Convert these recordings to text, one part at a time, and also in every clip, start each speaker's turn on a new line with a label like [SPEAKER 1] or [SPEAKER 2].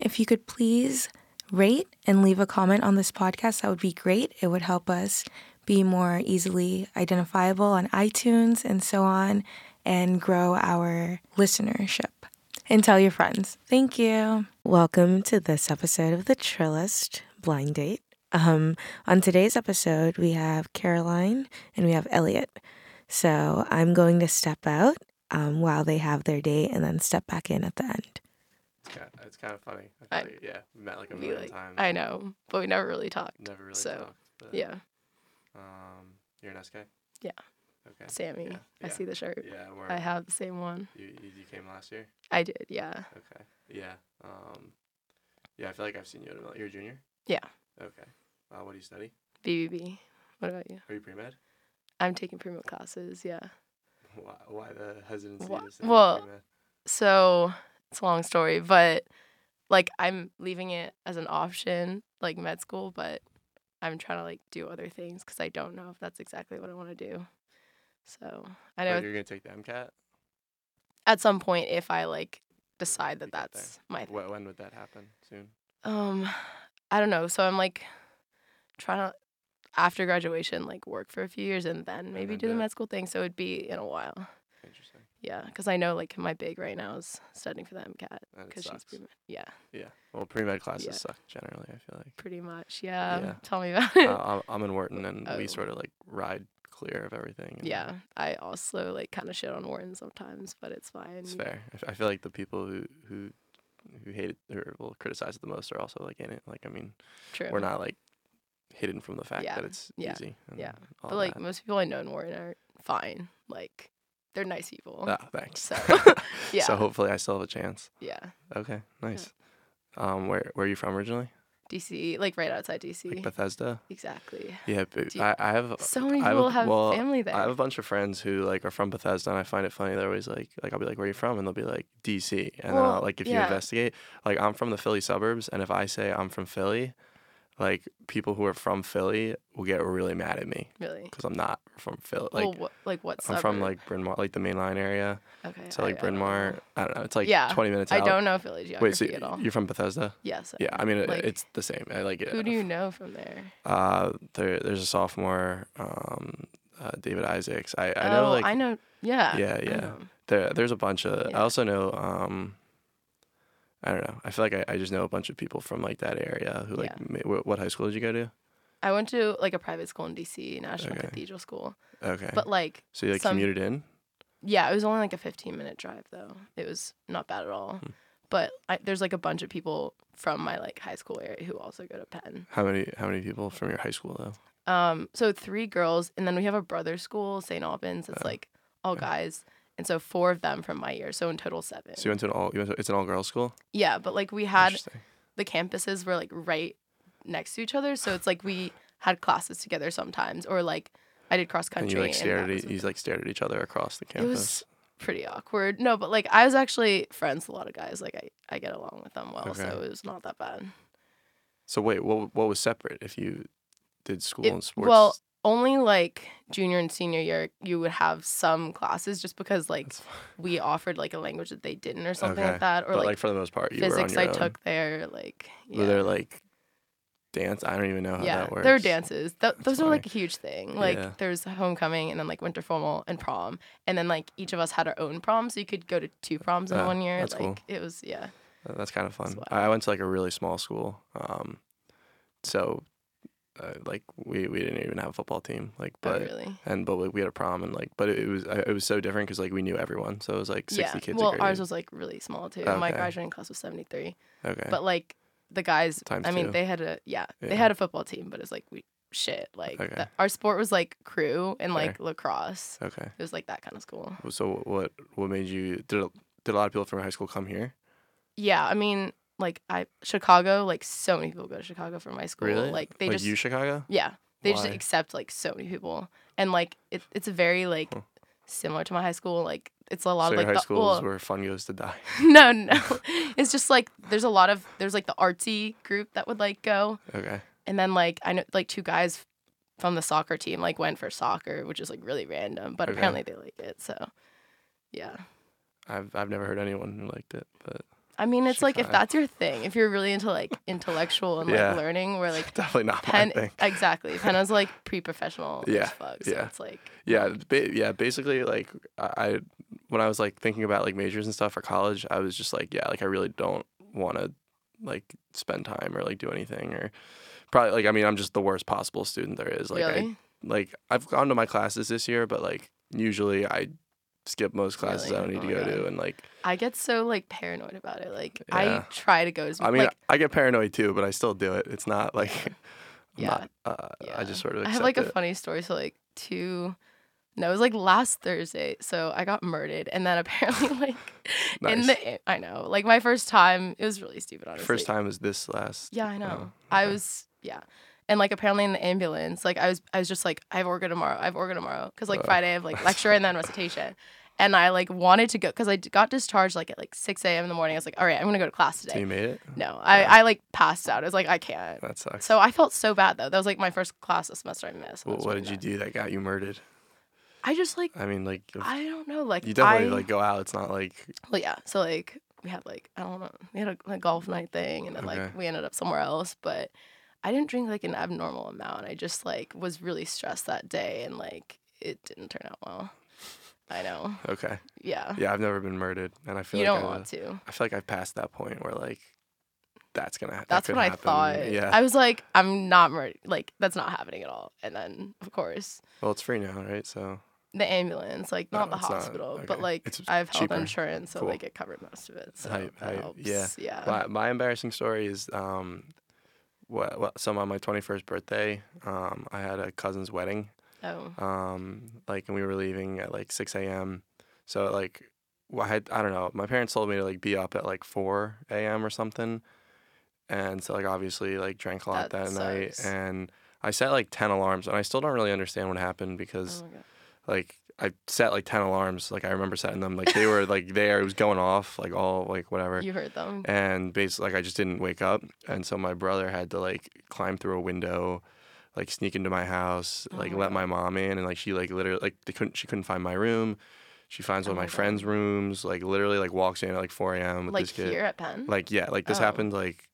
[SPEAKER 1] If you could please rate and leave a comment on this podcast, that would be great. It would help us be more easily identifiable on iTunes and so on and grow our listenership. And tell your friends. Thank you. Welcome to this episode of the Trillist Blind Date. Um, on today's episode, we have Caroline and we have Elliot. So I'm going to step out um, while they have their date and then step back in at the end.
[SPEAKER 2] It's kind, it's kind of funny. I
[SPEAKER 3] I-
[SPEAKER 2] feel like, yeah, we met like a
[SPEAKER 3] we,
[SPEAKER 2] million
[SPEAKER 3] like-
[SPEAKER 2] times.
[SPEAKER 3] I know, but we never really talked.
[SPEAKER 2] Never really
[SPEAKER 3] so,
[SPEAKER 2] talked. But,
[SPEAKER 3] Yeah,
[SPEAKER 2] Um, you're an SK.
[SPEAKER 3] Yeah.
[SPEAKER 2] Okay.
[SPEAKER 3] Sammy.
[SPEAKER 2] yeah,
[SPEAKER 3] I
[SPEAKER 2] yeah,
[SPEAKER 3] see the shirt.
[SPEAKER 2] Yeah, we're,
[SPEAKER 3] I have the same one.
[SPEAKER 2] you, you you came last year.
[SPEAKER 3] I did. Yeah.
[SPEAKER 2] Okay. Yeah. Um, yeah, I feel like I've seen you at a mil- You're a junior.
[SPEAKER 3] Yeah.
[SPEAKER 2] Okay. Uh, what do you study?
[SPEAKER 3] BBB. What about you?
[SPEAKER 2] Are you pre med?
[SPEAKER 3] I'm taking pre med classes. Yeah.
[SPEAKER 2] Why, why the hesitancy?
[SPEAKER 3] Wha-
[SPEAKER 2] to say you're
[SPEAKER 3] well-
[SPEAKER 2] pre-med?
[SPEAKER 3] So it's a long story, but like I'm leaving it as an option, like med school, but I'm trying to like do other things because I don't know if that's exactly what I want to do. So I
[SPEAKER 2] Wait,
[SPEAKER 3] know
[SPEAKER 2] you're gonna take the MCAT.
[SPEAKER 3] at some point if I like decide
[SPEAKER 2] You
[SPEAKER 3] that
[SPEAKER 2] get
[SPEAKER 3] that's my
[SPEAKER 2] Wh- when would that happen? Soon.
[SPEAKER 3] Um, I don't know. So I'm like trying to after graduation like work for a few years and then maybe
[SPEAKER 2] then
[SPEAKER 3] do
[SPEAKER 2] do
[SPEAKER 3] the
[SPEAKER 2] it.
[SPEAKER 3] med school thing. So it'd be in a while.
[SPEAKER 2] Interesting.
[SPEAKER 3] Yeah, because I know like my big right now is studying for the MCAT
[SPEAKER 2] That
[SPEAKER 3] because she's
[SPEAKER 2] sucks.
[SPEAKER 3] pretty much, yeah,
[SPEAKER 2] yeah. Well, pre med classes
[SPEAKER 3] Yeah.
[SPEAKER 2] suck generally. I feel like.
[SPEAKER 3] pretty much yeah.
[SPEAKER 2] Yeah.
[SPEAKER 3] Tell me about it.
[SPEAKER 2] uh, I'm- I'm in Wharton, and we
[SPEAKER 3] Oh.
[SPEAKER 2] sort of like ride clear of everything. and
[SPEAKER 3] yeah, I also like kind of shit on Wharton sometimes, but it's fine.
[SPEAKER 2] it's fair. I f- I feel like the people who who who hate it or will criticize it the most are also like in it. Like, I mean,
[SPEAKER 3] True.
[SPEAKER 2] we're not like hidden from the fact
[SPEAKER 3] Yeah,
[SPEAKER 2] that it's
[SPEAKER 3] yeah,
[SPEAKER 2] easy. and
[SPEAKER 3] yeah.
[SPEAKER 2] all
[SPEAKER 3] but like
[SPEAKER 2] that.
[SPEAKER 3] most people I know in Wharton are fine. Like they're nice people.
[SPEAKER 2] Ah, thanks.
[SPEAKER 3] so, yeah.
[SPEAKER 2] So hopefully, I still have a chance.
[SPEAKER 3] yeah,
[SPEAKER 2] Okay, nice. Um, where where are you from originally?
[SPEAKER 3] DC like right outside DC.
[SPEAKER 2] Like Bethesda.
[SPEAKER 3] exactly.
[SPEAKER 2] Yeah, but
[SPEAKER 3] Do you-
[SPEAKER 2] I, I have
[SPEAKER 3] So many
[SPEAKER 2] I have a-
[SPEAKER 3] people have
[SPEAKER 2] well,
[SPEAKER 3] family there.
[SPEAKER 2] I have a bunch of friends who like are from Bethesda, and I find it funny. They're always like, like I'll be like, "Where are you from?" and they'll be like, "DC." And then I'll,
[SPEAKER 3] Well,
[SPEAKER 2] like if you
[SPEAKER 3] yeah.
[SPEAKER 2] investigate, like I'm from the Philly suburbs, and if I say I'm from Philly, like people who are from Philly will get really mad at me
[SPEAKER 3] really.
[SPEAKER 2] because I'm not from Philly. Like
[SPEAKER 3] Like, well, what, like what?
[SPEAKER 2] I'm from
[SPEAKER 3] suburb?
[SPEAKER 2] like Bryn Mawr, like the Main Line area.
[SPEAKER 3] okay,
[SPEAKER 2] So like
[SPEAKER 3] I- I
[SPEAKER 2] Bryn
[SPEAKER 3] don't
[SPEAKER 2] Mawr,
[SPEAKER 3] know.
[SPEAKER 2] I don't know. It's like
[SPEAKER 3] Yeah,
[SPEAKER 2] 20 minutes
[SPEAKER 3] I
[SPEAKER 2] out.
[SPEAKER 3] don't know Philly geography
[SPEAKER 2] Wait, so
[SPEAKER 3] at all.
[SPEAKER 2] you're from Bethesda?
[SPEAKER 3] yes.
[SPEAKER 2] Yeah, I mean it,
[SPEAKER 3] like,
[SPEAKER 2] it's the same. I like it.
[SPEAKER 3] who do you know from there?
[SPEAKER 2] Uh, there, there's a sophomore, um, uh, David Isaacs. I, I know
[SPEAKER 3] oh,
[SPEAKER 2] like
[SPEAKER 3] I know. Yeah.
[SPEAKER 2] yeah,
[SPEAKER 3] I
[SPEAKER 2] yeah.
[SPEAKER 3] know.
[SPEAKER 2] there, there's a bunch of.
[SPEAKER 3] Yeah.
[SPEAKER 2] I also know. Um, I don't know. I feel like I, I just know a bunch of people from like that area who like.
[SPEAKER 3] Yeah.
[SPEAKER 2] ma- What, what high school did you go to?
[SPEAKER 3] I went to like a private school in DC, National
[SPEAKER 2] Okay.
[SPEAKER 3] Cathedral School.
[SPEAKER 2] Okay.
[SPEAKER 3] But like,
[SPEAKER 2] so you like
[SPEAKER 3] some-
[SPEAKER 2] commuted in.
[SPEAKER 3] yeah, it was only like a 15 minute drive though. It was not bad at all.
[SPEAKER 2] Hmm.
[SPEAKER 3] But I, there's like a bunch of people from my like high school area who also go to Penn.
[SPEAKER 2] How many how many people from your high school though?
[SPEAKER 3] Um, so three girls, and then we have a brother school, St. Albans. It's
[SPEAKER 2] Oh,
[SPEAKER 3] like all guys, and so four of them from my year. So in total seven.
[SPEAKER 2] So you went to an all you went to, it's an all girls school.
[SPEAKER 3] yeah, but like we had
[SPEAKER 2] Interesting.
[SPEAKER 3] the campuses were like right next to each other, so it's like we had classes together sometimes, or like I did cross country.
[SPEAKER 2] And you like stared
[SPEAKER 3] that
[SPEAKER 2] at
[SPEAKER 3] was
[SPEAKER 2] e,
[SPEAKER 3] with
[SPEAKER 2] you
[SPEAKER 3] them.
[SPEAKER 2] like stared at each other across the
[SPEAKER 3] it
[SPEAKER 2] campus.
[SPEAKER 3] was pretty awkward. No, but like I was actually friends with a lot of guys. Like I I get along with them well, so
[SPEAKER 2] Okay.
[SPEAKER 3] it was not that bad.
[SPEAKER 2] so wait, what what was separate if you did school
[SPEAKER 3] It-
[SPEAKER 2] and sports?
[SPEAKER 3] well, Only like junior and senior year, you would have some classes just because like
[SPEAKER 2] That's fine.
[SPEAKER 3] we offered like a language that they didn't or something
[SPEAKER 2] Okay.
[SPEAKER 3] like that, or
[SPEAKER 2] but like,
[SPEAKER 3] like,
[SPEAKER 2] for the most part, you
[SPEAKER 3] physics
[SPEAKER 2] were on
[SPEAKER 3] I
[SPEAKER 2] your own.
[SPEAKER 3] took there. Like
[SPEAKER 2] Were
[SPEAKER 3] yeah.
[SPEAKER 2] there like dance? I don't even know how
[SPEAKER 3] yeah,
[SPEAKER 2] Oh, that works.
[SPEAKER 3] there are dances. Th-
[SPEAKER 2] That's
[SPEAKER 3] those are
[SPEAKER 2] funny.
[SPEAKER 3] like a huge thing. Like
[SPEAKER 2] Yeah.
[SPEAKER 3] there's homecoming and then like winter formal and prom, and then like each of us had our own prom, so you could go to two proms in
[SPEAKER 2] Ah,
[SPEAKER 3] one year.
[SPEAKER 2] that's
[SPEAKER 3] like
[SPEAKER 2] cool.
[SPEAKER 3] it was yeah,
[SPEAKER 2] Uh, That's kind of fun.
[SPEAKER 3] wild.
[SPEAKER 2] I I went to like a really small school, um, so uh, like we, we didn't even have a football team. Like,
[SPEAKER 3] oh,
[SPEAKER 2] but
[SPEAKER 3] really.
[SPEAKER 2] and but like, we had a prom and like, but it, it was I- it was so different because like we knew everyone, so it was like sixty
[SPEAKER 3] Yeah,
[SPEAKER 2] kids. a
[SPEAKER 3] well,
[SPEAKER 2] grade.
[SPEAKER 3] ours was like really small too. My
[SPEAKER 2] Okay.
[SPEAKER 3] graduating class was seventy three,
[SPEAKER 2] okay.
[SPEAKER 3] but like the guys,
[SPEAKER 2] Times
[SPEAKER 3] I mean,
[SPEAKER 2] two.
[SPEAKER 3] they had a yeah,
[SPEAKER 2] Yeah.
[SPEAKER 3] they had a football team, but it's like we shit like
[SPEAKER 2] Okay.
[SPEAKER 3] that- our sport was like crew and
[SPEAKER 2] Fair.
[SPEAKER 3] like lacrosse.
[SPEAKER 2] okay.
[SPEAKER 3] It was like that kind of school.
[SPEAKER 2] Well, So what what made you did a, did a lot of people from your high school come here?
[SPEAKER 3] Yeah, I mean, like I Chicago, like so many people go to Chicago from my school. Oh, Like they just
[SPEAKER 2] you Chicago.
[SPEAKER 3] Yeah. They
[SPEAKER 2] Why?
[SPEAKER 3] just accept like so many people. And like it, it's very like
[SPEAKER 2] Huh.
[SPEAKER 3] similar to my high school. Like it's a lot
[SPEAKER 2] so
[SPEAKER 3] of like
[SPEAKER 2] your high
[SPEAKER 3] the
[SPEAKER 2] school is
[SPEAKER 3] well,
[SPEAKER 2] where fun goes to die.
[SPEAKER 3] no no. it's just like there's a lot of there's like the artsy group that would like go.
[SPEAKER 2] Okay.
[SPEAKER 3] And then like I know like two guys from the soccer team like went for soccer, which is like really random, but
[SPEAKER 2] Okay.
[SPEAKER 3] apparently they like it. So yeah.
[SPEAKER 2] I've I've never heard anyone who liked it, but
[SPEAKER 3] I mean, it's
[SPEAKER 2] Should
[SPEAKER 3] like if
[SPEAKER 2] try.
[SPEAKER 3] that's your thing, if you're really into like intellectual and
[SPEAKER 2] Yeah.
[SPEAKER 3] like learning, where like
[SPEAKER 2] Definitely not
[SPEAKER 3] Penn
[SPEAKER 2] my thing.
[SPEAKER 3] exactly Penna's like pre-professional
[SPEAKER 2] Yeah,
[SPEAKER 3] as fuck. So
[SPEAKER 2] yeah.
[SPEAKER 3] it's like
[SPEAKER 2] Yeah, ba- yeah. Basically, like I, I, when I was like thinking about like majors and stuff for college, I was just like, yeah, like I really don't want to like spend time or like do anything or probably like I mean I'm just the worst possible student there is. Like I
[SPEAKER 3] really
[SPEAKER 2] like I've gone to my classes this year, but like usually I skip most classes
[SPEAKER 3] Really?
[SPEAKER 2] I don't need
[SPEAKER 3] Oh
[SPEAKER 2] to
[SPEAKER 3] my
[SPEAKER 2] go
[SPEAKER 3] God.
[SPEAKER 2] to, and like
[SPEAKER 3] I get so like paranoid about it. Like
[SPEAKER 2] Yeah.
[SPEAKER 3] I try to go as
[SPEAKER 2] I mean
[SPEAKER 3] like,
[SPEAKER 2] I get paranoid too, but I still do it. It's not like I'm
[SPEAKER 3] Yeah.
[SPEAKER 2] not, uh, I
[SPEAKER 3] yeah.
[SPEAKER 2] just sort of
[SPEAKER 3] I
[SPEAKER 2] accept
[SPEAKER 3] have like a
[SPEAKER 2] it.
[SPEAKER 3] funny story. So like two, no, it was like last Thursday. So I got murdered, and then apparently like
[SPEAKER 2] Nice.
[SPEAKER 3] in the I know like my first time, it was really stupid. Honestly,
[SPEAKER 2] First time is this last.
[SPEAKER 3] Yeah, I know.
[SPEAKER 2] Oh,
[SPEAKER 3] I
[SPEAKER 2] okay.
[SPEAKER 3] was yeah. And like apparently in the ambulance, like I was I was just like I have orga tomorrow. I have orga tomorrow cuz like
[SPEAKER 2] Uh.
[SPEAKER 3] Friday I have like lecture and then recitation. And I like wanted to go cuz I d- got discharged like at like 6 a.m. in the morning. I was like, "All right, I'm going to go to class
[SPEAKER 2] So you
[SPEAKER 3] today."
[SPEAKER 2] made it.
[SPEAKER 3] No. I
[SPEAKER 2] Yeah.
[SPEAKER 3] I like passed out. I was like, "I can't."
[SPEAKER 2] That sucks.
[SPEAKER 3] So I felt so bad though. That was like my first class this semester I missed. and
[SPEAKER 2] Well,
[SPEAKER 3] that was
[SPEAKER 2] what
[SPEAKER 3] really
[SPEAKER 2] did you
[SPEAKER 3] bad.
[SPEAKER 2] do that got you murdered?
[SPEAKER 3] I just like
[SPEAKER 2] I mean, like, if-
[SPEAKER 3] I don't know like
[SPEAKER 2] you definitely
[SPEAKER 3] I-
[SPEAKER 2] like go out. It's not like
[SPEAKER 3] Well, yeah. So like we had like I don't know we had a, a golf night thing, and then
[SPEAKER 2] Okay.
[SPEAKER 3] like we ended up somewhere else. But I didn't drink like an abnormal amount. I just like was really stressed that day, and like it didn't turn out well. I know.
[SPEAKER 2] okay.
[SPEAKER 3] Yeah.
[SPEAKER 2] Yeah, I've never been murdered, and I feel
[SPEAKER 3] you
[SPEAKER 2] like
[SPEAKER 3] don't
[SPEAKER 2] I,
[SPEAKER 3] want to.
[SPEAKER 2] I feel like I've passed that point where like that's gonna. ha- that
[SPEAKER 3] That's
[SPEAKER 2] could
[SPEAKER 3] what I
[SPEAKER 2] happen.
[SPEAKER 3] thought.
[SPEAKER 2] Yeah.
[SPEAKER 3] I was like, I'm not murdered. Like that's not happening at all. And then of course
[SPEAKER 2] well, it's free now, right? So
[SPEAKER 3] the ambulance, like
[SPEAKER 2] No,
[SPEAKER 3] not the
[SPEAKER 2] Oh, it's not.
[SPEAKER 3] hospital,
[SPEAKER 2] Okay.
[SPEAKER 3] but like
[SPEAKER 2] It's
[SPEAKER 3] I have health
[SPEAKER 2] cheaper.
[SPEAKER 3] insurance, so
[SPEAKER 2] Cool.
[SPEAKER 3] like it covered most of it. So
[SPEAKER 2] Hype,
[SPEAKER 3] that
[SPEAKER 2] hype.
[SPEAKER 3] helps.
[SPEAKER 2] Yeah.
[SPEAKER 3] Yeah.
[SPEAKER 2] my, my embarrassing story is um, what, what some on my twenty first birthday, um, I had a cousin's wedding,
[SPEAKER 3] Oh.
[SPEAKER 2] um, like, and we were leaving at like six a.m. So like, well, I had I don't know. My parents told me to like be up at like four a.m. or something, and so like obviously like drank a lot that,
[SPEAKER 3] That
[SPEAKER 2] night,
[SPEAKER 3] sucks.
[SPEAKER 2] and I set like ten alarms, and I still don't really understand what happened
[SPEAKER 3] Oh
[SPEAKER 2] because
[SPEAKER 3] my god.
[SPEAKER 2] like I set like ten alarms, like I remember setting them, like they were like there, it was going off, like all like whatever.
[SPEAKER 3] You heard them.
[SPEAKER 2] and basically, like, I just didn't wake up, and so my brother had to like climb through a window, like sneak into my house,
[SPEAKER 3] Oh
[SPEAKER 2] like
[SPEAKER 3] my
[SPEAKER 2] let
[SPEAKER 3] God.
[SPEAKER 2] my mom in, and like she like literally like they couldn't she couldn't find my room, she finds
[SPEAKER 3] Oh
[SPEAKER 2] one of
[SPEAKER 3] my
[SPEAKER 2] my,
[SPEAKER 3] God.
[SPEAKER 2] friends' rooms, like literally like walks in at like four a.m. with
[SPEAKER 3] like
[SPEAKER 2] this kid,
[SPEAKER 3] here at Penn.
[SPEAKER 2] like yeah, like this
[SPEAKER 3] Oh.
[SPEAKER 2] happened like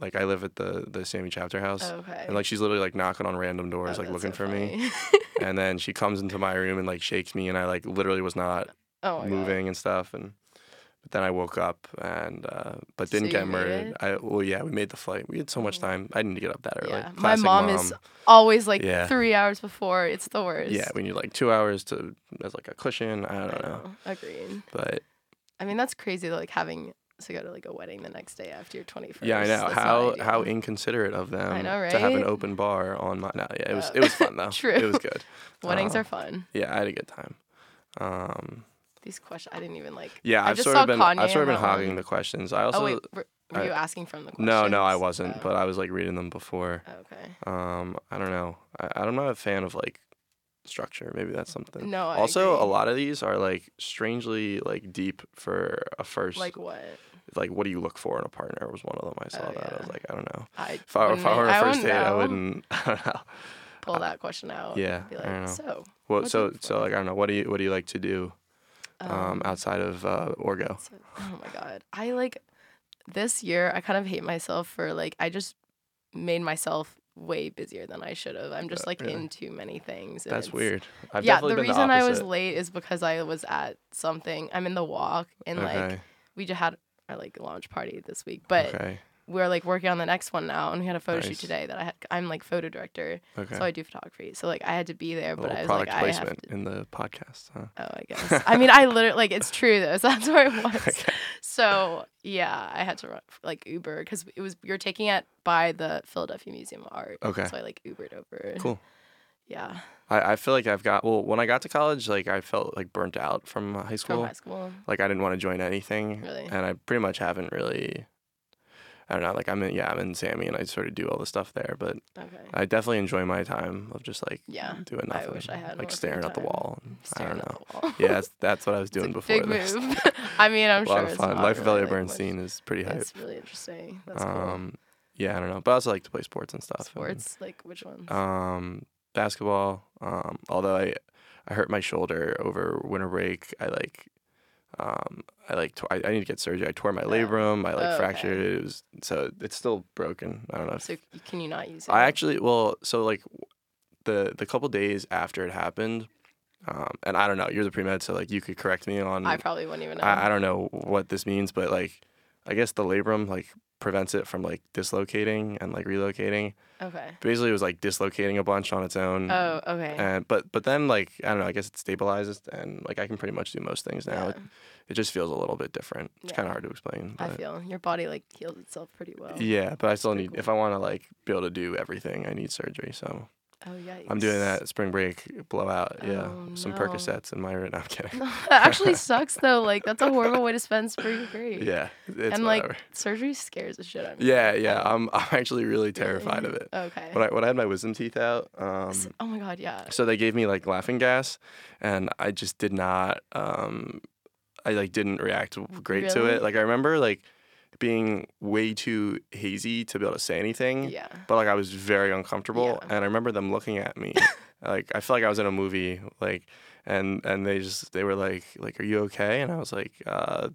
[SPEAKER 2] like I live at the the Sammy Chapter house,
[SPEAKER 3] okay.
[SPEAKER 2] and like she's literally like knocking on random
[SPEAKER 3] Oh,
[SPEAKER 2] doors, like
[SPEAKER 3] that's
[SPEAKER 2] looking
[SPEAKER 3] so
[SPEAKER 2] for me,
[SPEAKER 3] funny.
[SPEAKER 2] and then she comes into my room and like shakes me, and I like literally was not
[SPEAKER 3] oh my God.
[SPEAKER 2] moving and stuff and but then I woke up and uh, but
[SPEAKER 3] So
[SPEAKER 2] didn't
[SPEAKER 3] you
[SPEAKER 2] get
[SPEAKER 3] made
[SPEAKER 2] murdered.
[SPEAKER 3] it?
[SPEAKER 2] I well yeah, we made the flight. We had so much
[SPEAKER 3] Mm.
[SPEAKER 2] time. I didn't get up that early.
[SPEAKER 3] Yeah. My
[SPEAKER 2] Classic
[SPEAKER 3] mom is Always like
[SPEAKER 2] Yeah.
[SPEAKER 3] three hours before. It's the worst.
[SPEAKER 2] Yeah, we need like 2 hours to as like a cushion. I
[SPEAKER 3] I
[SPEAKER 2] don't know.
[SPEAKER 3] Agreed.
[SPEAKER 2] But
[SPEAKER 3] I mean, that's crazy. Like having to go to like a wedding the next day after your 21st.
[SPEAKER 2] yeah, I know
[SPEAKER 3] That's not
[SPEAKER 2] how how
[SPEAKER 3] ideal.
[SPEAKER 2] inconsiderate of them
[SPEAKER 3] know,
[SPEAKER 2] to have an
[SPEAKER 3] right?
[SPEAKER 2] open bar on my No, yeah, it was
[SPEAKER 3] Uh,
[SPEAKER 2] it was fun though.
[SPEAKER 3] True.
[SPEAKER 2] It was good.
[SPEAKER 3] weddings
[SPEAKER 2] uh,
[SPEAKER 3] are fun.
[SPEAKER 2] Yeah, I had a good time. Um,
[SPEAKER 3] These questions, I didn't even like.
[SPEAKER 2] yeah,
[SPEAKER 3] I
[SPEAKER 2] I've
[SPEAKER 3] just
[SPEAKER 2] sort of
[SPEAKER 3] saw
[SPEAKER 2] been
[SPEAKER 3] Kanye
[SPEAKER 2] I've sort of
[SPEAKER 3] on
[SPEAKER 2] been
[SPEAKER 3] that
[SPEAKER 2] hogging
[SPEAKER 3] one.
[SPEAKER 2] the questions. I also
[SPEAKER 3] oh wait, were, were
[SPEAKER 2] I-
[SPEAKER 3] you asking from the questions?
[SPEAKER 2] no, no, I wasn't,
[SPEAKER 3] Oh,
[SPEAKER 2] but I was like reading them before.
[SPEAKER 3] okay.
[SPEAKER 2] Um, I don't know. I, I'm not a fan of like structure. Maybe that's something.
[SPEAKER 3] No. I
[SPEAKER 2] also, a
[SPEAKER 3] agree.
[SPEAKER 2] lot of these are like strangely like deep for a first. Like,
[SPEAKER 3] Like what?
[SPEAKER 2] what do you look for in a partner? Was one of them I saw
[SPEAKER 3] Oh,
[SPEAKER 2] that I
[SPEAKER 3] yeah.
[SPEAKER 2] was like, I don't know.
[SPEAKER 3] I
[SPEAKER 2] If I, were- if
[SPEAKER 3] wouldn't-
[SPEAKER 2] I were on a
[SPEAKER 3] I
[SPEAKER 2] first
[SPEAKER 3] wouldn't
[SPEAKER 2] date, I
[SPEAKER 3] know.
[SPEAKER 2] wouldn't. I don't know.
[SPEAKER 3] pull that question out.
[SPEAKER 2] yeah,
[SPEAKER 3] Be
[SPEAKER 2] I
[SPEAKER 3] like,
[SPEAKER 2] don't know.
[SPEAKER 3] so.
[SPEAKER 2] Well,
[SPEAKER 3] What do you
[SPEAKER 2] so
[SPEAKER 3] look
[SPEAKER 2] so
[SPEAKER 3] for?
[SPEAKER 2] like I don't know. What do you what do you like to do um, outside of uh, Orgo?
[SPEAKER 3] So, oh my god. I like this year I kind of hate myself for like I just made myself way busier than I should have. I'm just
[SPEAKER 2] Uh,
[SPEAKER 3] like
[SPEAKER 2] really?
[SPEAKER 3] in too many things. and
[SPEAKER 2] That's
[SPEAKER 3] it's-
[SPEAKER 2] weird. I've
[SPEAKER 3] yeah,
[SPEAKER 2] definitely
[SPEAKER 3] the
[SPEAKER 2] been
[SPEAKER 3] reason I was
[SPEAKER 2] opposite.
[SPEAKER 3] late is because I was at something. I'm in the walk and like
[SPEAKER 2] okay.
[SPEAKER 3] we just had our like launch party this week, but
[SPEAKER 2] okay.
[SPEAKER 3] we're like working on the next one now and we had a photo
[SPEAKER 2] Nice.
[SPEAKER 3] shoot today that I had I'm like photo director,
[SPEAKER 2] Okay.
[SPEAKER 3] so I do photography. So like I had to be there,
[SPEAKER 2] A
[SPEAKER 3] but
[SPEAKER 2] little
[SPEAKER 3] I was like
[SPEAKER 2] product
[SPEAKER 3] I have
[SPEAKER 2] placement
[SPEAKER 3] to
[SPEAKER 2] in the podcast. Huh?
[SPEAKER 3] Oh, I guess. I mean, I literally like it's true though. So that's where it was.
[SPEAKER 2] Okay.
[SPEAKER 3] So yeah, I had to run, like Uber because it was you're taking it by the Philadelphia Museum of Art.
[SPEAKER 2] Okay.
[SPEAKER 3] So I like Ubered over.
[SPEAKER 2] Cool.
[SPEAKER 3] Yeah.
[SPEAKER 2] I, I feel like I've got well when I got to college like I felt like burnt out from high
[SPEAKER 3] From
[SPEAKER 2] school
[SPEAKER 3] high school.
[SPEAKER 2] like I didn't want to join anything
[SPEAKER 3] Oh, Really?
[SPEAKER 2] and I pretty much haven't really I don't know like I'm in yeah I'm in Sammy and I sort of do all the stuff there but
[SPEAKER 3] Okay.
[SPEAKER 2] I definitely enjoy my time of just like
[SPEAKER 3] Yeah,
[SPEAKER 2] doing
[SPEAKER 3] I
[SPEAKER 2] nothing
[SPEAKER 3] wish I had more
[SPEAKER 2] like
[SPEAKER 3] free
[SPEAKER 2] staring at the
[SPEAKER 3] time.
[SPEAKER 2] wall and I
[SPEAKER 3] Staring
[SPEAKER 2] don't
[SPEAKER 3] at
[SPEAKER 2] know
[SPEAKER 3] the wall.
[SPEAKER 2] yeah that's, that's what I was
[SPEAKER 3] It's a
[SPEAKER 2] doing before
[SPEAKER 3] big
[SPEAKER 2] this
[SPEAKER 3] move. I mean, I'm
[SPEAKER 2] a
[SPEAKER 3] sure
[SPEAKER 2] lot of
[SPEAKER 3] it's
[SPEAKER 2] fun
[SPEAKER 3] not
[SPEAKER 2] Life of
[SPEAKER 3] really,
[SPEAKER 2] Valley
[SPEAKER 3] like,
[SPEAKER 2] Bernstein is pretty
[SPEAKER 3] much-
[SPEAKER 2] hype
[SPEAKER 3] It's really interesting. That's cool.
[SPEAKER 2] um yeah I don't know but I also like to play sports and stuff and-
[SPEAKER 3] Sports, like which ones?
[SPEAKER 2] um, basketball. Um, although I, I hurt my shoulder over winter break. I like, Um, I like t- I, I need to get surgery. I tore my
[SPEAKER 3] Oh.
[SPEAKER 2] labrum. I like
[SPEAKER 3] Oh, okay.
[SPEAKER 2] fractured it. It was so it's still broken. I don't know. If,
[SPEAKER 3] So y- can you not use it?
[SPEAKER 2] I actually well so like w- the the couple days after it happened, um, and I don't know. You're the pre med, so like you could correct me on.
[SPEAKER 3] I probably wouldn't even know.
[SPEAKER 2] I, I don't know what this means, but like I guess the labrum like prevents it from like dislocating and like relocating.
[SPEAKER 3] okay.
[SPEAKER 2] Basically, it was like dislocating a bunch on its own.
[SPEAKER 3] Oh, okay.
[SPEAKER 2] Mm. And but but then like I don't know. I guess it stabilizes and like I can pretty much do most things now.
[SPEAKER 3] Yeah.
[SPEAKER 2] It, it just feels a little bit different. It's
[SPEAKER 3] Yeah.
[SPEAKER 2] kind of hard to explain.
[SPEAKER 3] I
[SPEAKER 2] but-
[SPEAKER 3] feel your body like heals itself pretty well.
[SPEAKER 2] Yeah, but I still
[SPEAKER 3] pretty
[SPEAKER 2] need
[SPEAKER 3] cool.
[SPEAKER 2] if I want to like be able to do everything, I need surgery. So
[SPEAKER 3] Oh yikes.
[SPEAKER 2] I'm doing that spring break blowout. yeah,
[SPEAKER 3] Oh,
[SPEAKER 2] some
[SPEAKER 3] no.
[SPEAKER 2] Percocets in my room. No, I'm kidding.
[SPEAKER 3] that actually sucks though. Like that's a horrible way to spend spring break.
[SPEAKER 2] Yeah, it's whatever.
[SPEAKER 3] and like surgery scares the shit out of me.
[SPEAKER 2] yeah, yeah. I'm I'm actually really terrified of it. um,
[SPEAKER 3] Okay.
[SPEAKER 2] When I when I had my wisdom teeth out, um,
[SPEAKER 3] S- oh my god, yeah.
[SPEAKER 2] so they gave me like laughing gas, and I just did not. Um, I like didn't react great to
[SPEAKER 3] Really?
[SPEAKER 2] it. Like I remember like being way too hazy to be able to say anything.
[SPEAKER 3] Yeah.
[SPEAKER 2] but like I was very uncomfortable,
[SPEAKER 3] Yeah.
[SPEAKER 2] and I remember them looking at me, like I feel like I was in a movie, like, and and they just they were like like Are you okay? And I was like, uh,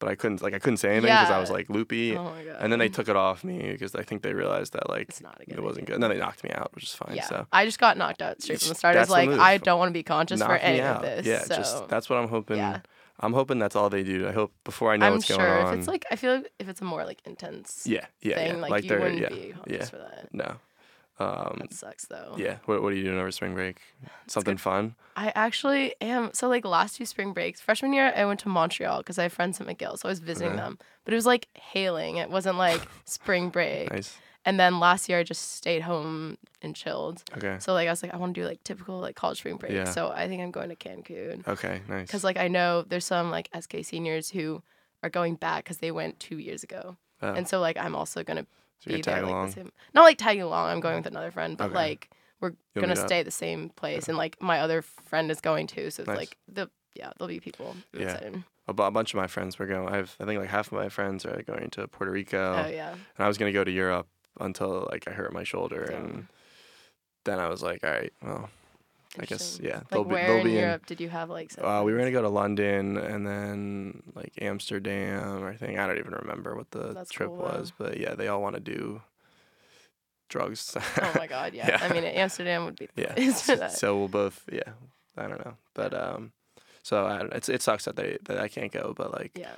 [SPEAKER 2] but I couldn't like I couldn't say anything because I was
[SPEAKER 3] Yeah.
[SPEAKER 2] like loopy,
[SPEAKER 3] Oh my god.
[SPEAKER 2] and then they took it off me because I think they realized that like
[SPEAKER 3] It's not a good
[SPEAKER 2] it wasn't
[SPEAKER 3] idea.
[SPEAKER 2] good, and then they knocked me out, which is fine.
[SPEAKER 3] Yeah.
[SPEAKER 2] So
[SPEAKER 3] I just got knocked out straight from the
[SPEAKER 2] It's-
[SPEAKER 3] start. I
[SPEAKER 2] that's
[SPEAKER 3] was
[SPEAKER 2] the
[SPEAKER 3] like,
[SPEAKER 2] move.
[SPEAKER 3] I don't want to be conscious
[SPEAKER 2] knock
[SPEAKER 3] for
[SPEAKER 2] me
[SPEAKER 3] any
[SPEAKER 2] out.
[SPEAKER 3] of this.
[SPEAKER 2] yeah,
[SPEAKER 3] so
[SPEAKER 2] just that's what I'm hoping.
[SPEAKER 3] yeah.
[SPEAKER 2] I'm hoping that's all they do. I hope before I know
[SPEAKER 3] I'm
[SPEAKER 2] what's
[SPEAKER 3] sure
[SPEAKER 2] going on.
[SPEAKER 3] if it's like I feel like if it's a more like intense
[SPEAKER 2] yeah, yeah,
[SPEAKER 3] thing,
[SPEAKER 2] yeah.
[SPEAKER 3] like, you
[SPEAKER 2] they're-
[SPEAKER 3] wouldn't
[SPEAKER 2] yeah,
[SPEAKER 3] be conscious
[SPEAKER 2] yeah.
[SPEAKER 3] for that.
[SPEAKER 2] no. Um,
[SPEAKER 3] That sucks though.
[SPEAKER 2] yeah. What, what are you doing over spring break? Something fun?
[SPEAKER 3] I actually am. So like last two spring breaks, freshman year, I went to Montreal because I have friends at McGill, so I was visiting
[SPEAKER 2] Okay.
[SPEAKER 3] them. But it was like hailing. It wasn't like spring break.
[SPEAKER 2] Nice.
[SPEAKER 3] And then last year, I just stayed home and chilled.
[SPEAKER 2] Okay.
[SPEAKER 3] So like I was like, I want to do like typical like college spring break.
[SPEAKER 2] Yeah.
[SPEAKER 3] So I think I'm going to Cancun
[SPEAKER 2] Okay, nice.
[SPEAKER 3] because like I know there's some like SK seniors who are going back because they went two years ago,
[SPEAKER 2] Oh,
[SPEAKER 3] and so like I'm also gonna
[SPEAKER 2] so you're
[SPEAKER 3] be there
[SPEAKER 2] tagging
[SPEAKER 3] like
[SPEAKER 2] along.
[SPEAKER 3] the same. Not like tagging along. I'm going with another friend, but
[SPEAKER 2] Okay.
[SPEAKER 3] like we're
[SPEAKER 2] You'll
[SPEAKER 3] gonna
[SPEAKER 2] meet up.
[SPEAKER 3] stay at the same place, and like my other friend is going too. So it's
[SPEAKER 2] Nice.
[SPEAKER 3] like the yeah, there'll be people. I'm
[SPEAKER 2] Yeah.
[SPEAKER 3] excited.
[SPEAKER 2] a, bu- a bunch of my friends were going. I have, I think, like half of my friends are going to Puerto Rico,
[SPEAKER 3] Oh yeah.
[SPEAKER 2] and I was gonna go to Europe until like I hurt my shoulder,
[SPEAKER 3] Damn.
[SPEAKER 2] and then I was like, all right, well, I guess
[SPEAKER 3] Interesting.
[SPEAKER 2] yeah,
[SPEAKER 3] Like
[SPEAKER 2] they'll be
[SPEAKER 3] where
[SPEAKER 2] they'll
[SPEAKER 3] in
[SPEAKER 2] be
[SPEAKER 3] Europe did you have like?
[SPEAKER 2] in. Uh, we were gonna
[SPEAKER 3] settlements?
[SPEAKER 2] go to London and then like Amsterdam or thing. I don't even remember what the
[SPEAKER 3] That's
[SPEAKER 2] trip
[SPEAKER 3] cool, though.
[SPEAKER 2] was, but yeah, they all want to do drugs.
[SPEAKER 3] Oh my god, yeah.
[SPEAKER 2] Yeah.
[SPEAKER 3] I mean, Amsterdam would be the
[SPEAKER 2] Yeah.
[SPEAKER 3] place for that.
[SPEAKER 2] so we'll both yeah i don't know but um so I, don't- it's, it sucks that they that i can't go but like
[SPEAKER 3] yeah.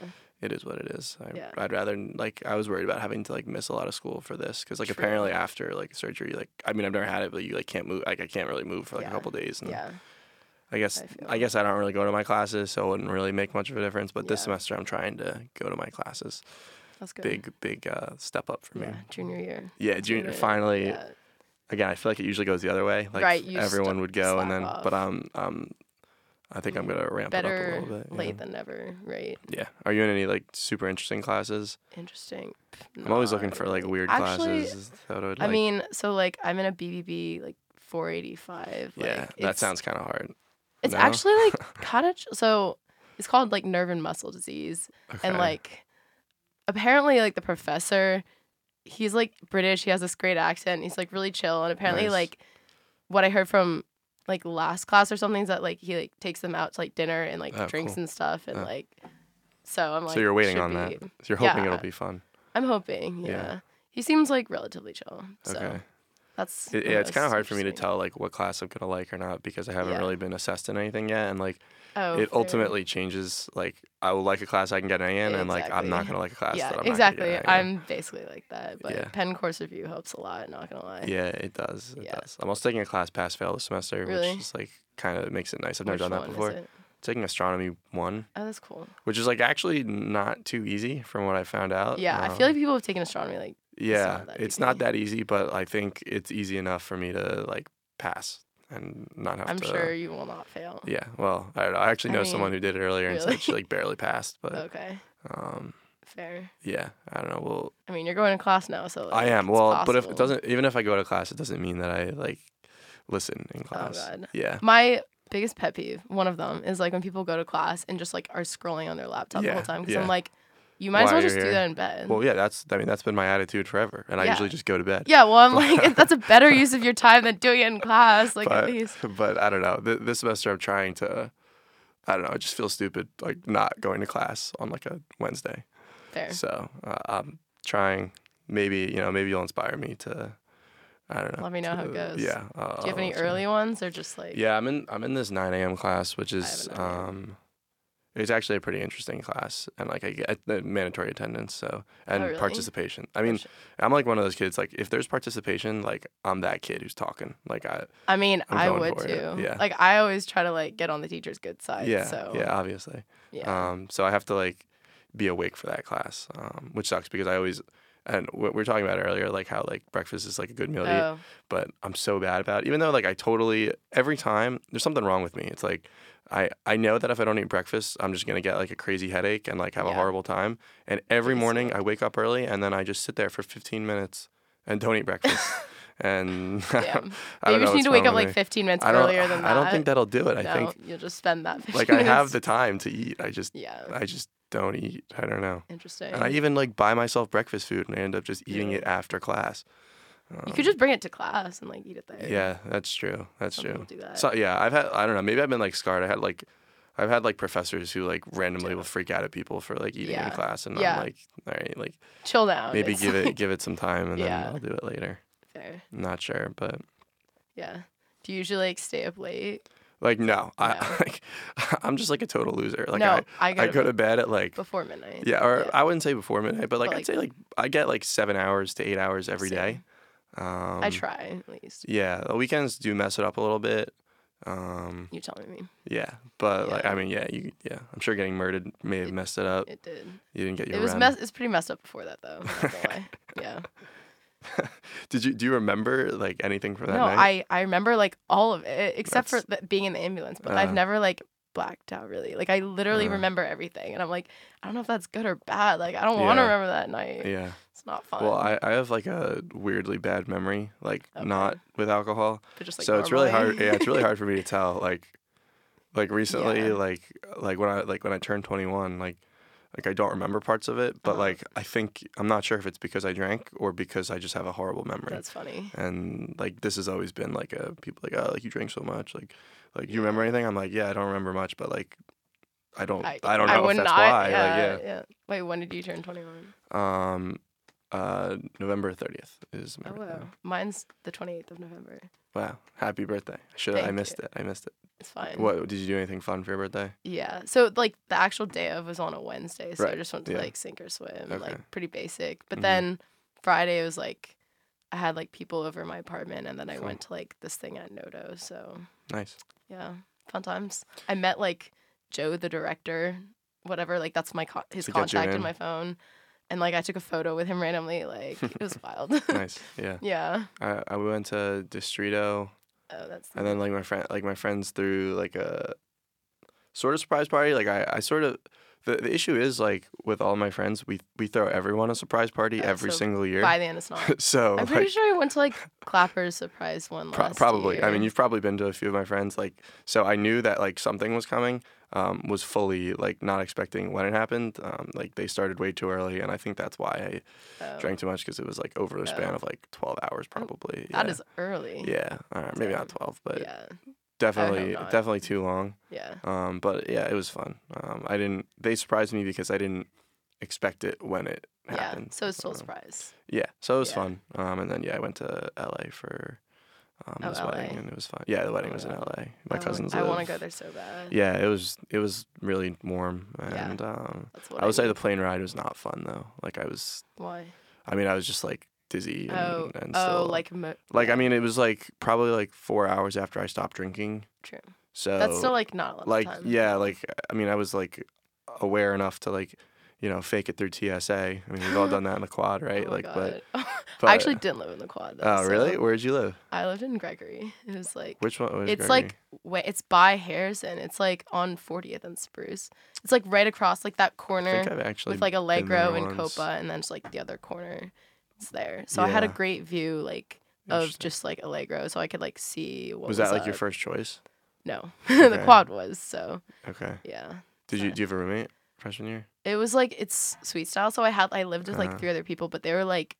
[SPEAKER 2] it is what it is I,
[SPEAKER 3] Yeah.
[SPEAKER 2] i'd rather like i was worried about having to like miss a lot of school for this because like
[SPEAKER 3] True.
[SPEAKER 2] apparently after like surgery like i mean i've never had it but you like can't move like i can't really move for like
[SPEAKER 3] Yeah.
[SPEAKER 2] a couple days and
[SPEAKER 3] Yeah.
[SPEAKER 2] i guess
[SPEAKER 3] I feel
[SPEAKER 2] I, guess i don't really go to my classes so it wouldn't really make much of a difference but this
[SPEAKER 3] Yeah.
[SPEAKER 2] semester i'm trying to go to my classes
[SPEAKER 3] That's good.
[SPEAKER 2] big big uh step up for me
[SPEAKER 3] Yeah. Junior year.
[SPEAKER 2] yeah junior
[SPEAKER 3] Really,
[SPEAKER 2] finally
[SPEAKER 3] Yeah.
[SPEAKER 2] again, I feel like it usually goes the other way. Like
[SPEAKER 3] Right, you
[SPEAKER 2] everyone
[SPEAKER 3] st-
[SPEAKER 2] would go, and
[SPEAKER 3] slack
[SPEAKER 2] then
[SPEAKER 3] off.
[SPEAKER 2] but um um, I think I'm
[SPEAKER 3] Mm,
[SPEAKER 2] gonna ramp it
[SPEAKER 3] Better
[SPEAKER 2] up a little bit.
[SPEAKER 3] late
[SPEAKER 2] yeah.
[SPEAKER 3] than never, right?
[SPEAKER 2] yeah. Are you in any like super interesting classes?
[SPEAKER 3] Interesting.
[SPEAKER 2] I'm always looking
[SPEAKER 3] Not
[SPEAKER 2] for like
[SPEAKER 3] really.
[SPEAKER 2] weird
[SPEAKER 3] Actually,
[SPEAKER 2] classes. That I would,
[SPEAKER 3] I
[SPEAKER 2] like-
[SPEAKER 3] mean, so like I'm in a BBB like 485. like,
[SPEAKER 2] yeah, that
[SPEAKER 3] it's-
[SPEAKER 2] sounds kind of hard.
[SPEAKER 3] It's
[SPEAKER 2] no?
[SPEAKER 3] actually like kind of so. It's called like nerve and muscle disease,
[SPEAKER 2] Okay.
[SPEAKER 3] and like apparently like the professor, he's like British. He has this great accent. He's like really chill, and apparently
[SPEAKER 2] Nice.
[SPEAKER 3] like what I heard from like last class or something is that like he like takes them out to like dinner and like
[SPEAKER 2] Oh,
[SPEAKER 3] drinks
[SPEAKER 2] cool.
[SPEAKER 3] and stuff, and
[SPEAKER 2] Oh.
[SPEAKER 3] like so I'm like
[SPEAKER 2] so you're waiting
[SPEAKER 3] should
[SPEAKER 2] on that.
[SPEAKER 3] be-
[SPEAKER 2] So you're hoping it'll
[SPEAKER 3] yeah.
[SPEAKER 2] be fun.
[SPEAKER 3] I'm hoping.
[SPEAKER 2] Yeah.
[SPEAKER 3] Yeah. He seems like relatively chill. So
[SPEAKER 2] Okay.
[SPEAKER 3] that's
[SPEAKER 2] It-
[SPEAKER 3] the
[SPEAKER 2] yeah, it's kind of
[SPEAKER 3] most
[SPEAKER 2] hard for me to
[SPEAKER 3] interesting-
[SPEAKER 2] tell like what class I'm gonna like or not because I haven't
[SPEAKER 3] Yeah.
[SPEAKER 2] really been assessed in anything yet, and like
[SPEAKER 3] Oh,
[SPEAKER 2] it
[SPEAKER 3] for-
[SPEAKER 2] ultimately changes. Like I will like a class I can get an A in, and like I'm not
[SPEAKER 3] Exactly.
[SPEAKER 2] gonna like a class
[SPEAKER 3] Yeah,
[SPEAKER 2] that I'm
[SPEAKER 3] exactly.
[SPEAKER 2] not gonna get an A in.
[SPEAKER 3] I'm basically like that, but
[SPEAKER 2] Yeah.
[SPEAKER 3] Penn course review helps a lot. Not gonna lie.
[SPEAKER 2] Yeah, it does. It
[SPEAKER 3] Yeah.
[SPEAKER 2] does. I'm also taking a class pass fail this semester,
[SPEAKER 3] Really?
[SPEAKER 2] which is like kind of makes it nice. I've never
[SPEAKER 3] Which
[SPEAKER 2] done that
[SPEAKER 3] one is
[SPEAKER 2] before.
[SPEAKER 3] it?
[SPEAKER 2] Taking astronomy one,
[SPEAKER 3] Oh, that's cool.
[SPEAKER 2] which is like actually not too easy from what I found out.
[SPEAKER 3] Yeah, I
[SPEAKER 2] Um,
[SPEAKER 3] feel like people have taken astronomy like
[SPEAKER 2] yeah,
[SPEAKER 3] not that
[SPEAKER 2] it's
[SPEAKER 3] easy.
[SPEAKER 2] not that easy, but I think it's easy enough for me to like pass and not have
[SPEAKER 3] I'm
[SPEAKER 2] to.
[SPEAKER 3] sure you will not fail.
[SPEAKER 2] Yeah, well, I don't know. I actually
[SPEAKER 3] I
[SPEAKER 2] know someone
[SPEAKER 3] mean,
[SPEAKER 2] who did it earlier and
[SPEAKER 3] really?
[SPEAKER 2] said she like barely passed, but
[SPEAKER 3] Okay,
[SPEAKER 2] um,
[SPEAKER 3] fair.
[SPEAKER 2] yeah, I don't know. Well,
[SPEAKER 3] I mean, you're going to class now, so
[SPEAKER 2] I
[SPEAKER 3] like,
[SPEAKER 2] am.
[SPEAKER 3] it's
[SPEAKER 2] Well, but if
[SPEAKER 3] possible.
[SPEAKER 2] it doesn't, even if I go to class, it doesn't mean that I like listen in class.
[SPEAKER 3] Oh, God.
[SPEAKER 2] Yeah.
[SPEAKER 3] My biggest pet peeve, one of them, is like when people go to class and just like are scrolling on their laptop the
[SPEAKER 2] Yeah,
[SPEAKER 3] whole time. Because
[SPEAKER 2] yeah.
[SPEAKER 3] I'm like, you might as
[SPEAKER 2] While
[SPEAKER 3] well
[SPEAKER 2] you're
[SPEAKER 3] just do
[SPEAKER 2] here.
[SPEAKER 3] that in bed.
[SPEAKER 2] Well, yeah, that's I mean that's been my attitude forever, and I
[SPEAKER 3] Yeah.
[SPEAKER 2] usually just go to bed.
[SPEAKER 3] Yeah, well, I'm like, if that's a better use of your time than doing it in class. Like,
[SPEAKER 2] but,
[SPEAKER 3] at least.
[SPEAKER 2] but I don't know. Th- this semester I'm trying to. I don't know. It just feels stupid like not going to class on like a Wednesday.
[SPEAKER 3] Fair.
[SPEAKER 2] So uh, I'm trying. Maybe you know. Maybe you'll inspire me to. I don't know.
[SPEAKER 3] Let me know how it
[SPEAKER 2] to-
[SPEAKER 3] goes.
[SPEAKER 2] Yeah. uh,
[SPEAKER 3] Do you have any
[SPEAKER 2] early?
[SPEAKER 3] early ones or just like
[SPEAKER 2] Oh, Yeah, I'm in I'm in this 9 a.m. class, which is
[SPEAKER 3] haven't either.
[SPEAKER 2] um, it's actually a pretty interesting class, and like I get the mandatory attendance, so and
[SPEAKER 3] Oh, really?
[SPEAKER 2] participation. I mean,
[SPEAKER 3] shit.
[SPEAKER 2] I'm like one of those kids. Like if there's participation, like I'm that kid who's talking. Like I
[SPEAKER 3] I mean,
[SPEAKER 2] I'm
[SPEAKER 3] I
[SPEAKER 2] going
[SPEAKER 3] would
[SPEAKER 2] for
[SPEAKER 3] too.
[SPEAKER 2] it, yeah.
[SPEAKER 3] Like I always try to like get on the teacher's good side.
[SPEAKER 2] yeah
[SPEAKER 3] So
[SPEAKER 2] yeah obviously.
[SPEAKER 3] yeah.
[SPEAKER 2] Um, so I have to like be awake for that class, um, which sucks because I always and what we were talking about earlier, like how like breakfast is like a good meal to eat.
[SPEAKER 3] oh,
[SPEAKER 2] but I'm so bad about it. Even though like I totally every time there's something wrong with me. It's like I I know that if I don't eat breakfast, I'm just gonna get like a crazy headache and like have a
[SPEAKER 3] Yeah.
[SPEAKER 2] horrible time. And every
[SPEAKER 3] Pretty
[SPEAKER 2] morning I wake up early and then I just sit there for 15 minutes and don't eat breakfast. and
[SPEAKER 3] Damn.
[SPEAKER 2] I don't
[SPEAKER 3] Maybe you
[SPEAKER 2] know
[SPEAKER 3] just need
[SPEAKER 2] what's
[SPEAKER 3] to wake
[SPEAKER 2] wrong
[SPEAKER 3] up
[SPEAKER 2] with
[SPEAKER 3] like
[SPEAKER 2] me.
[SPEAKER 3] 15 minutes
[SPEAKER 2] I don't,
[SPEAKER 3] earlier than that.
[SPEAKER 2] I don't think that'll do it. I
[SPEAKER 3] no,
[SPEAKER 2] think
[SPEAKER 3] you'll just spend that. 15
[SPEAKER 2] like I have
[SPEAKER 3] minutes.
[SPEAKER 2] the time to eat. I just
[SPEAKER 3] Yeah.
[SPEAKER 2] I just don't eat. I don't know.
[SPEAKER 3] Interesting.
[SPEAKER 2] And I even like buy myself breakfast food and I end up just eating
[SPEAKER 3] Ew.
[SPEAKER 2] it after class.
[SPEAKER 3] you
[SPEAKER 2] Um,
[SPEAKER 3] could just bring it to class and like eat it there.
[SPEAKER 2] yeah, that's true. That's
[SPEAKER 3] Some
[SPEAKER 2] true.
[SPEAKER 3] people do that.
[SPEAKER 2] So yeah, I've had I don't know, maybe I've been like scarred. I had like I've had like professors who like randomly will freak out at people for like eating in
[SPEAKER 3] Yeah.
[SPEAKER 2] class and
[SPEAKER 3] Yeah.
[SPEAKER 2] I'm like, all right, like
[SPEAKER 3] Chill down.
[SPEAKER 2] maybe
[SPEAKER 3] It's,
[SPEAKER 2] give it
[SPEAKER 3] like,
[SPEAKER 2] give it some time and
[SPEAKER 3] Yeah.
[SPEAKER 2] then I'll do it later.
[SPEAKER 3] Fair.
[SPEAKER 2] I'm not sure, but
[SPEAKER 3] Yeah. Do you usually like stay up late?
[SPEAKER 2] like no,
[SPEAKER 3] No.
[SPEAKER 2] I like I'm just like a total loser. Like
[SPEAKER 3] no, I,
[SPEAKER 2] I, I go to bed at like
[SPEAKER 3] before midnight.
[SPEAKER 2] yeah, or I wouldn't say before midnight, but like
[SPEAKER 3] But,
[SPEAKER 2] I'd
[SPEAKER 3] like-
[SPEAKER 2] say like I get like seven hours to eight hours every day.
[SPEAKER 3] Same.
[SPEAKER 2] Um,
[SPEAKER 3] I try at least.
[SPEAKER 2] Yeah, the weekends do mess it up a little bit. Um,
[SPEAKER 3] You tell me.
[SPEAKER 2] Yeah, but like
[SPEAKER 3] Yeah.
[SPEAKER 2] I mean, yeah, you yeah. I'm sure getting murdered may have messed it up.
[SPEAKER 3] It did.
[SPEAKER 2] you didn't get your.
[SPEAKER 3] It was
[SPEAKER 2] rem.
[SPEAKER 3] mess. It's pretty messed up before that though. I'm not gonna lie. Yeah.
[SPEAKER 2] Did you do you remember like anything from that
[SPEAKER 3] no,
[SPEAKER 2] night?
[SPEAKER 3] I I remember like all of it except for the, being in the ambulance, but I've
[SPEAKER 2] Uh.
[SPEAKER 3] never like blacked out really. Like I literally
[SPEAKER 2] Uh.
[SPEAKER 3] remember everything, and I'm like, I don't know if that's good or bad. Like I don't want to
[SPEAKER 2] Yeah.
[SPEAKER 3] remember that night.
[SPEAKER 2] yeah.
[SPEAKER 3] It's not fun.
[SPEAKER 2] Well, I, I have like a weirdly bad memory, like
[SPEAKER 3] Okay.
[SPEAKER 2] not with alcohol.
[SPEAKER 3] but just like
[SPEAKER 2] so it's really
[SPEAKER 3] normally.
[SPEAKER 2] hard. Yeah, it's really hard for me to tell. Like, like recently,
[SPEAKER 3] Yeah.
[SPEAKER 2] like like when I like when I turned 21, like like I don't remember parts of it, but
[SPEAKER 3] Uh-huh.
[SPEAKER 2] like I think I'm not sure if it's because I drank or because I just have a horrible memory.
[SPEAKER 3] that's funny.
[SPEAKER 2] and like this has always been like a people like oh like you drink so much like like you remember anything I'm like yeah I don't remember much but like I don't I, don't know
[SPEAKER 3] would
[SPEAKER 2] if that's
[SPEAKER 3] not-
[SPEAKER 2] why
[SPEAKER 3] Yeah,
[SPEAKER 2] like
[SPEAKER 3] yeah. Wait, when did you turn 21?
[SPEAKER 2] yeah um uh November 30th is my
[SPEAKER 3] Oh
[SPEAKER 2] birthday.
[SPEAKER 3] wow, mine's the 28th of November.
[SPEAKER 2] wow happy birthday should I
[SPEAKER 3] Thank
[SPEAKER 2] missed it I missed it
[SPEAKER 3] It's fine.
[SPEAKER 2] what did you do anything fun for your birthday
[SPEAKER 3] Yeah. So like the actual day of was on a Wednesday, so I
[SPEAKER 2] Right,
[SPEAKER 3] just went to
[SPEAKER 2] yeah.
[SPEAKER 3] like sink or swim,
[SPEAKER 2] Okay.
[SPEAKER 3] like pretty basic. But
[SPEAKER 2] Mhm.
[SPEAKER 3] then Friday was like I had like people over my apartment, and then I
[SPEAKER 2] Cool.
[SPEAKER 3] went to like this thing at Noto. So
[SPEAKER 2] nice
[SPEAKER 3] yeah, fun times. I met like Joe, the director, whatever. Like that's my co- his
[SPEAKER 2] To get you
[SPEAKER 3] contact in
[SPEAKER 2] in.
[SPEAKER 3] my phone, and like I took a photo with him randomly. Like it was wild.
[SPEAKER 2] nice yeah
[SPEAKER 3] yeah.
[SPEAKER 2] I, I went to Distrito
[SPEAKER 3] Oh, that's.
[SPEAKER 2] and then like my friend like my friends threw like a sort of surprise party like i, I sort of the, the issue is like with all my friends we we throw everyone a surprise party
[SPEAKER 3] Oh,
[SPEAKER 2] every
[SPEAKER 3] so
[SPEAKER 2] single year
[SPEAKER 3] by the end, it's not.
[SPEAKER 2] so
[SPEAKER 3] I'm pretty
[SPEAKER 2] like,
[SPEAKER 3] sure I went to like Clapper's surprise one
[SPEAKER 2] pro-
[SPEAKER 3] last
[SPEAKER 2] probably i
[SPEAKER 3] year.
[SPEAKER 2] mean you've probably been to a few of my friends like so i knew that like something was coming um, was fully like not expecting when it happened um, like they started way too early and i think that's why i
[SPEAKER 3] Oh.
[SPEAKER 2] drank too much because it was like over a span
[SPEAKER 3] Oh.
[SPEAKER 2] of like 12 hours probably
[SPEAKER 3] That
[SPEAKER 2] yeah.
[SPEAKER 3] is early.
[SPEAKER 2] yeah uh, maybe not
[SPEAKER 3] Damn.
[SPEAKER 2] 12 but
[SPEAKER 3] yeah.
[SPEAKER 2] definitely
[SPEAKER 3] not.
[SPEAKER 2] definitely too long
[SPEAKER 3] Yeah.
[SPEAKER 2] Um, but yeah, it was fun. Um, I didn't. They surprised me because I didn't expect it when it
[SPEAKER 3] Yeah.
[SPEAKER 2] happened.
[SPEAKER 3] So it's still a
[SPEAKER 2] Um,
[SPEAKER 3] surprise.
[SPEAKER 2] Yeah, so it was
[SPEAKER 3] Yeah.
[SPEAKER 2] fun. Um, and then yeah, I went to LA for um,
[SPEAKER 3] Oh,
[SPEAKER 2] this
[SPEAKER 3] LA.
[SPEAKER 2] wedding, and it was fun. Yeah, the wedding
[SPEAKER 3] Oh,
[SPEAKER 2] was in
[SPEAKER 3] yeah.
[SPEAKER 2] LA.
[SPEAKER 3] I
[SPEAKER 2] My
[SPEAKER 3] wanna-
[SPEAKER 2] cousins.
[SPEAKER 3] I want
[SPEAKER 2] live-
[SPEAKER 3] to go there so bad.
[SPEAKER 2] Yeah, it was it was really warm,
[SPEAKER 3] Yeah.
[SPEAKER 2] and um,
[SPEAKER 3] That's what
[SPEAKER 2] I would say
[SPEAKER 3] need.
[SPEAKER 2] the plane ride was not fun though. Like I was,
[SPEAKER 3] Why?
[SPEAKER 2] I mean, I was just like dizzy. And,
[SPEAKER 3] Oh.
[SPEAKER 2] and
[SPEAKER 3] Oh,
[SPEAKER 2] still,
[SPEAKER 3] like. Mo-
[SPEAKER 2] like
[SPEAKER 3] yeah,
[SPEAKER 2] I mean, it was like probably like four hours after I stopped drinking.
[SPEAKER 3] True.
[SPEAKER 2] So
[SPEAKER 3] That's still like not a lot
[SPEAKER 2] oh, like
[SPEAKER 3] of time.
[SPEAKER 2] yeah like i mean i was like aware enough to like you know fake it through tsa i mean we've all done that in the quad right
[SPEAKER 3] Oh my
[SPEAKER 2] like but,
[SPEAKER 3] God.
[SPEAKER 2] but
[SPEAKER 3] I actually didn't live in the quad. Though,
[SPEAKER 2] oh really
[SPEAKER 3] so
[SPEAKER 2] where did you live
[SPEAKER 3] I lived in Gregory. It was like.
[SPEAKER 2] which one was
[SPEAKER 3] it's like wait, it's by Harrison. It's like on 40th and Spruce. It's like right across like that
[SPEAKER 2] i think
[SPEAKER 3] corner
[SPEAKER 2] i've actually
[SPEAKER 3] with like
[SPEAKER 2] been there
[SPEAKER 3] Allegro and
[SPEAKER 2] once.
[SPEAKER 3] Copa, and then it's like the other corner. It's there. So I had a
[SPEAKER 2] Yeah.
[SPEAKER 3] great view like of
[SPEAKER 2] Interesting.
[SPEAKER 3] just like Allegro, so I could like see what
[SPEAKER 2] was that like your
[SPEAKER 3] up.
[SPEAKER 2] first choice
[SPEAKER 3] No, the
[SPEAKER 2] Okay.
[SPEAKER 3] quad was. So
[SPEAKER 2] okay
[SPEAKER 3] yeah,
[SPEAKER 2] did you
[SPEAKER 3] Fine.
[SPEAKER 2] do you have a roommate freshman year
[SPEAKER 3] it was like it's sweet style. So I had I lived with like
[SPEAKER 2] Uh-huh.
[SPEAKER 3] three other people, but they were like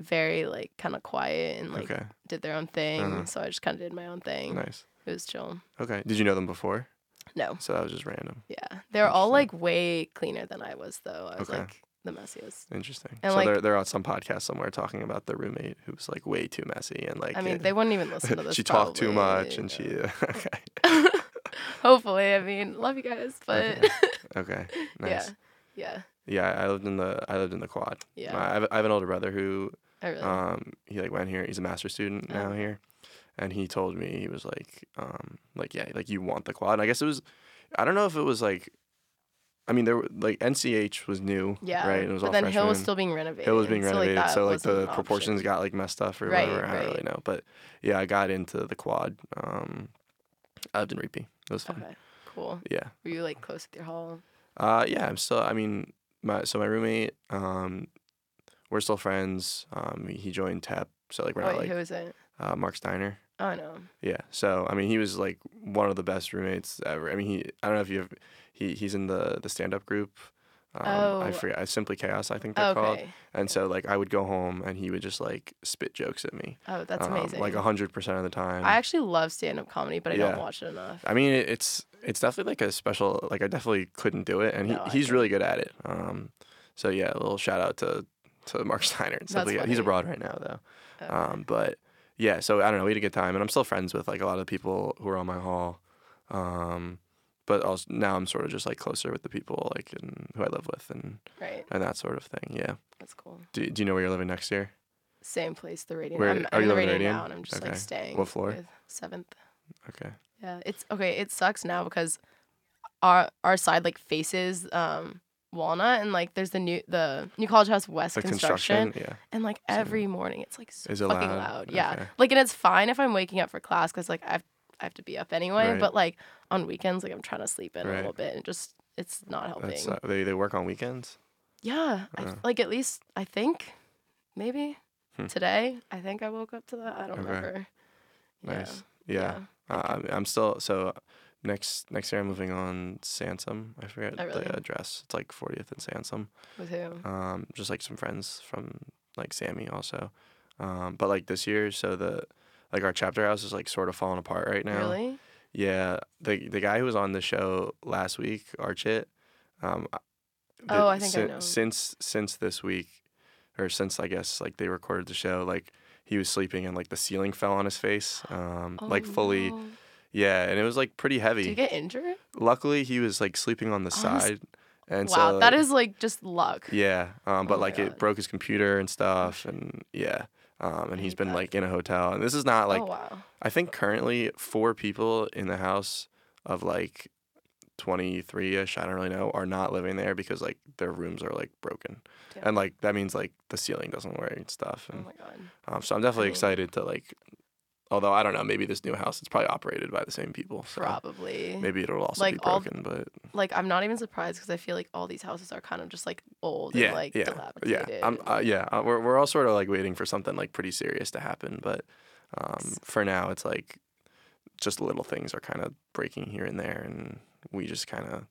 [SPEAKER 3] very like kind of quiet and like
[SPEAKER 2] okay
[SPEAKER 3] did their own thing.
[SPEAKER 2] Uh-huh.
[SPEAKER 3] So I just kind of did my own thing.
[SPEAKER 2] nice
[SPEAKER 3] It was chill.
[SPEAKER 2] okay did you know them before
[SPEAKER 3] No.
[SPEAKER 2] So that was just random.
[SPEAKER 3] Yeah. They're all like
[SPEAKER 2] Interesting.
[SPEAKER 3] way cleaner than I was though. I was
[SPEAKER 2] Okay.
[SPEAKER 3] like the messiest.
[SPEAKER 2] Interesting.
[SPEAKER 3] And,
[SPEAKER 2] so
[SPEAKER 3] like-
[SPEAKER 2] they're they're on some podcast somewhere talking about their roommate who was like way too messy and like
[SPEAKER 3] I mean,
[SPEAKER 2] it-
[SPEAKER 3] they wouldn't even listen to this.
[SPEAKER 2] she talked too much
[SPEAKER 3] probably.
[SPEAKER 2] and she okay
[SPEAKER 3] Hopefully, I mean, love you guys, but
[SPEAKER 2] Okay. okay nice
[SPEAKER 3] yeah,
[SPEAKER 2] yeah. I lived in the I lived in the quad.
[SPEAKER 3] yeah, yeah.
[SPEAKER 2] My- I, have, I have an older brother who
[SPEAKER 3] I really.
[SPEAKER 2] um he like went here. He's a master student now
[SPEAKER 3] Oh.
[SPEAKER 2] here, and he told me he was like um like yeah like you want the quad. And I guess it was I don't know if it was like I mean there were like NCH was new
[SPEAKER 3] yeah.
[SPEAKER 2] right. It was
[SPEAKER 3] but
[SPEAKER 2] all
[SPEAKER 3] then
[SPEAKER 2] freshmen.
[SPEAKER 3] Hill was still being renovated.
[SPEAKER 2] Hill was being renovated,
[SPEAKER 3] that
[SPEAKER 2] so like,
[SPEAKER 3] wasn't an
[SPEAKER 2] the
[SPEAKER 3] option.
[SPEAKER 2] proportions got like messed up or
[SPEAKER 3] Right,
[SPEAKER 2] whatever. I don't
[SPEAKER 3] right.
[SPEAKER 2] really know, but yeah, I got into the quad. Um, I lived in Reapy. It was fun.
[SPEAKER 3] Okay, cool.
[SPEAKER 2] Yeah,
[SPEAKER 3] Were you like close with your hall?
[SPEAKER 2] uh, yeah. I'm still. I mean, my so my roommate. Um, we're still friends. Um, he joined TEP, so like we're not
[SPEAKER 3] Wait, who
[SPEAKER 2] like
[SPEAKER 3] is it?
[SPEAKER 2] uh, Mark Steiner.
[SPEAKER 3] Oh no.
[SPEAKER 2] Yeah. So I mean, he was like one of the best roommates ever. I mean, he. I don't know if you've. He he's in the the stand up group. Um, I
[SPEAKER 3] Oh.
[SPEAKER 2] forget. I simply chaos. I think they're called.
[SPEAKER 3] Okay.
[SPEAKER 2] And so like I would go home and he would just like spit jokes at me.
[SPEAKER 3] Oh, that's
[SPEAKER 2] um,
[SPEAKER 3] amazing.
[SPEAKER 2] Like hundred percent of the time.
[SPEAKER 3] I actually love stand-up comedy, but I
[SPEAKER 2] Yeah.
[SPEAKER 3] don't watch it enough.
[SPEAKER 2] I mean, it- it's it's definitely like a special. Like I definitely couldn't do it, and he,
[SPEAKER 3] No, I
[SPEAKER 2] he's
[SPEAKER 3] get
[SPEAKER 2] really good at it. Um, so yeah, a little shout out to to Mark Steiner. And stuff
[SPEAKER 3] That's
[SPEAKER 2] like that. He's
[SPEAKER 3] funny.
[SPEAKER 2] abroad right now though.
[SPEAKER 3] Okay.
[SPEAKER 2] Um, but yeah, so I don't know. We had a good time, and I'm still friends with like a lot of the people who are on my hall. Um, but also now I'm sort of just like closer with the people like and who I live with and
[SPEAKER 3] right.
[SPEAKER 2] and that sort of thing. Yeah.
[SPEAKER 3] That's cool.
[SPEAKER 2] Do, do you know where you're living next year?
[SPEAKER 3] Same place, the Radiant.
[SPEAKER 2] Where-
[SPEAKER 3] I'm,
[SPEAKER 2] are
[SPEAKER 3] I'm
[SPEAKER 2] you
[SPEAKER 3] in the
[SPEAKER 2] living in
[SPEAKER 3] Radiant
[SPEAKER 2] Radiant?
[SPEAKER 3] now, and I'm just
[SPEAKER 2] Okay.
[SPEAKER 3] like staying.
[SPEAKER 2] What floor?
[SPEAKER 3] with Seventh.
[SPEAKER 2] Okay.
[SPEAKER 3] Yeah, it's okay. It sucks now because our our side like faces um Walnut and like there's the new the new college house west
[SPEAKER 2] The
[SPEAKER 3] construction,
[SPEAKER 2] construction. Yeah.
[SPEAKER 3] and like every morning it's like so
[SPEAKER 2] Is it
[SPEAKER 3] fucking loud.
[SPEAKER 2] loud?
[SPEAKER 3] Yeah,
[SPEAKER 2] Okay.
[SPEAKER 3] like and it's fine if I'm waking up for class because like I've I have to be up anyway.
[SPEAKER 2] Right.
[SPEAKER 3] But like on weekends, like I'm trying to sleep in
[SPEAKER 2] Right.
[SPEAKER 3] a little bit and just it's not helping.
[SPEAKER 2] That's, uh, they they work on weekends.
[SPEAKER 3] yeah, I,
[SPEAKER 2] Yeah.
[SPEAKER 3] like at least I think maybe
[SPEAKER 2] Hmm.
[SPEAKER 3] today I think I woke up to that. I don't
[SPEAKER 2] Okay.
[SPEAKER 3] remember. Yeah,
[SPEAKER 2] Nice. Yeah. Uh, I'm, I'm still so next next year I'm moving on Sansom. I forget
[SPEAKER 3] Oh, really?
[SPEAKER 2] the address. It's like 40th and Sansom.
[SPEAKER 3] With who?
[SPEAKER 2] Um, just like some friends from like Sammy also. Um, but like this year, so the like our chapter house is like sort of falling apart right now.
[SPEAKER 3] Really?
[SPEAKER 2] Yeah. The the guy who was on the show last week, Archit. Um, I- the-
[SPEAKER 3] Oh, I think I
[SPEAKER 2] sin-
[SPEAKER 3] know.
[SPEAKER 2] Since since this week, or since I guess like they recorded the show, like he was sleeping and like the ceiling fell on his face, um, like
[SPEAKER 3] Oh,
[SPEAKER 2] fully.
[SPEAKER 3] no.
[SPEAKER 2] Yeah, and it was like pretty
[SPEAKER 3] Did
[SPEAKER 2] heavy.
[SPEAKER 3] you get injured?
[SPEAKER 2] Luckily, he was like sleeping on the
[SPEAKER 3] On the s-
[SPEAKER 2] side, and
[SPEAKER 3] wow,
[SPEAKER 2] so
[SPEAKER 3] that is like just luck.
[SPEAKER 2] yeah. Um,
[SPEAKER 3] Oh
[SPEAKER 2] but
[SPEAKER 3] my
[SPEAKER 2] like it
[SPEAKER 3] God. Oh,
[SPEAKER 2] broke his computer and stuff, and yeah. Um, and he's
[SPEAKER 3] hate
[SPEAKER 2] been
[SPEAKER 3] that.
[SPEAKER 2] like in a hotel, and this is not like
[SPEAKER 3] oh wow.
[SPEAKER 2] I think currently four people in the house of like twenty three ish. I don't really know are not living there because like their rooms are like broken,
[SPEAKER 3] Damn.
[SPEAKER 2] and like that means like the ceiling doesn't work and stuff.
[SPEAKER 3] Oh
[SPEAKER 2] And
[SPEAKER 3] my god.
[SPEAKER 2] um, so I'm definitely
[SPEAKER 3] mean-
[SPEAKER 2] excited to like. Although I don't know, maybe this new house it's probably operated by the same people. So.
[SPEAKER 3] Probably.
[SPEAKER 2] Maybe it'll also
[SPEAKER 3] Like,
[SPEAKER 2] be
[SPEAKER 3] all-
[SPEAKER 2] broken, but
[SPEAKER 3] Like I'm not even surprised because I feel like all these houses are kind of just like old
[SPEAKER 2] yeah,
[SPEAKER 3] and like
[SPEAKER 2] yeah,
[SPEAKER 3] dilapidated.
[SPEAKER 2] yeah. I'm, uh, yeah, uh, we're we're all sort of like waiting for something like pretty serious to happen, but um,
[SPEAKER 3] S-
[SPEAKER 2] for now, it's like just little things are kind of breaking here and there, and we just kind of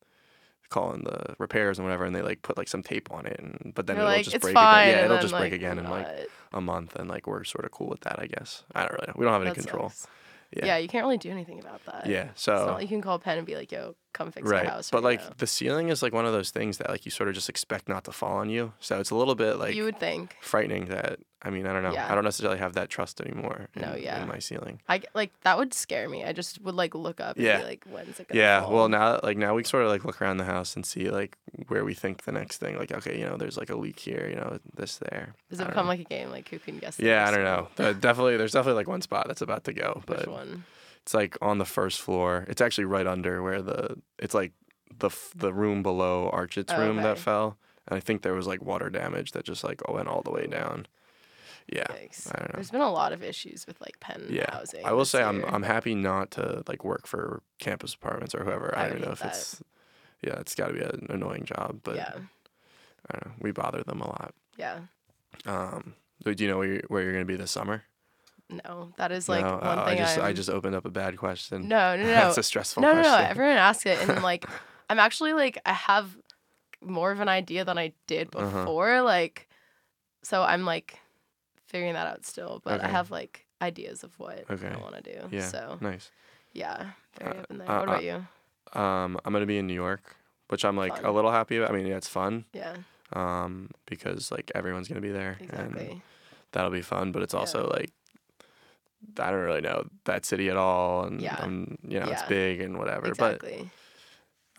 [SPEAKER 2] call in the repairs and whatever, and they like put like some tape on it, and but then
[SPEAKER 3] You're
[SPEAKER 2] it'll
[SPEAKER 3] like,
[SPEAKER 2] just
[SPEAKER 3] it's
[SPEAKER 2] break
[SPEAKER 3] fine.
[SPEAKER 2] again. Yeah,
[SPEAKER 3] and
[SPEAKER 2] it'll
[SPEAKER 3] then,
[SPEAKER 2] just
[SPEAKER 3] like,
[SPEAKER 2] break again in like
[SPEAKER 3] not.
[SPEAKER 2] a month, and like we're sort of cool with that, I guess. I don't really know. We don't have any
[SPEAKER 3] That
[SPEAKER 2] control.
[SPEAKER 3] sucks.
[SPEAKER 2] Yeah.
[SPEAKER 3] Yeah. you can't really do anything about that.
[SPEAKER 2] Yeah, so
[SPEAKER 3] It's not like you can call Penn and be like, "Yo, come fix
[SPEAKER 2] right
[SPEAKER 3] my house."
[SPEAKER 2] but like
[SPEAKER 3] right now.
[SPEAKER 2] the ceiling is like one of those things that like you sort of just expect not to fall on you so it's a little bit like
[SPEAKER 3] you would think.
[SPEAKER 2] frightening that i mean i don't know
[SPEAKER 3] Yeah.
[SPEAKER 2] i don't necessarily have that trust anymore in,
[SPEAKER 3] No, yeah.
[SPEAKER 2] in my ceiling
[SPEAKER 3] I g- like that would scare me. I just would like look up and
[SPEAKER 2] Yeah.
[SPEAKER 3] be like, "When's it gonna?"
[SPEAKER 2] yeah
[SPEAKER 3] fall?
[SPEAKER 2] well now like now we sort of like look around the house and see like where we think the next thing like okay you know there's like a leak here you know this there
[SPEAKER 3] does
[SPEAKER 2] I
[SPEAKER 3] it
[SPEAKER 2] don't
[SPEAKER 3] become
[SPEAKER 2] know.
[SPEAKER 3] like a game? Like who can guess? the
[SPEAKER 2] yeah i
[SPEAKER 3] next
[SPEAKER 2] don't
[SPEAKER 3] one?
[SPEAKER 2] know Uh, definitely there's definitely like one spot that's about to go but
[SPEAKER 3] Which one?
[SPEAKER 2] it's like on the first floor it's actually right under where the it's like the f- the room below archit's
[SPEAKER 3] Oh,
[SPEAKER 2] room that
[SPEAKER 3] okay.
[SPEAKER 2] fell and i think there was like water damage that just like went all the way down yeah
[SPEAKER 3] Yikes.
[SPEAKER 2] I don't know.
[SPEAKER 3] There's been a lot of issues with like Penn
[SPEAKER 2] Yeah.
[SPEAKER 3] housing.
[SPEAKER 2] I will
[SPEAKER 3] this
[SPEAKER 2] say I'm
[SPEAKER 3] year.
[SPEAKER 2] I'm happy not to like work for campus apartments or whoever. I,
[SPEAKER 3] I
[SPEAKER 2] don't
[SPEAKER 3] would
[SPEAKER 2] know
[SPEAKER 3] hate
[SPEAKER 2] if
[SPEAKER 3] that.
[SPEAKER 2] it's yeah, it's got to be an annoying job, but
[SPEAKER 3] yeah,
[SPEAKER 2] I don't know. We bother them a lot.
[SPEAKER 3] yeah.
[SPEAKER 2] Um, do you know where you're, where you're gonna be this summer?
[SPEAKER 3] No, that is like
[SPEAKER 2] no,
[SPEAKER 3] one
[SPEAKER 2] Oh,
[SPEAKER 3] thing.
[SPEAKER 2] I just I
[SPEAKER 3] I'm-
[SPEAKER 2] just opened up a bad question.
[SPEAKER 3] no, no, no,
[SPEAKER 2] that's a stressful
[SPEAKER 3] no, no,
[SPEAKER 2] question.
[SPEAKER 3] no. Everyone asks it, and like, I'm actually like I have more of an idea than I did
[SPEAKER 2] Uh-huh.
[SPEAKER 3] before. Like, so I'm like figuring that out still, but I
[SPEAKER 2] Okay.
[SPEAKER 3] have like ideas of what
[SPEAKER 2] Okay.
[SPEAKER 3] I want to do.
[SPEAKER 2] Yeah.
[SPEAKER 3] So
[SPEAKER 2] Nice.
[SPEAKER 3] yeah, very
[SPEAKER 2] Uh,
[SPEAKER 3] up in there.
[SPEAKER 2] uh,
[SPEAKER 3] what
[SPEAKER 2] uh,
[SPEAKER 3] about you?
[SPEAKER 2] um, I'm gonna be in New York, which I'm like a
[SPEAKER 3] Fun.
[SPEAKER 2] little happy about. I mean, yeah, it's fun
[SPEAKER 3] Yeah,
[SPEAKER 2] um, because like everyone's gonna be there, and
[SPEAKER 3] exactly.
[SPEAKER 2] that'll be fun. But it's
[SPEAKER 3] Yeah.
[SPEAKER 2] also like I don't really know that city at all, and
[SPEAKER 3] Yeah.
[SPEAKER 2] um, you know it's
[SPEAKER 3] Yeah.
[SPEAKER 2] big and whatever. But
[SPEAKER 3] Exactly.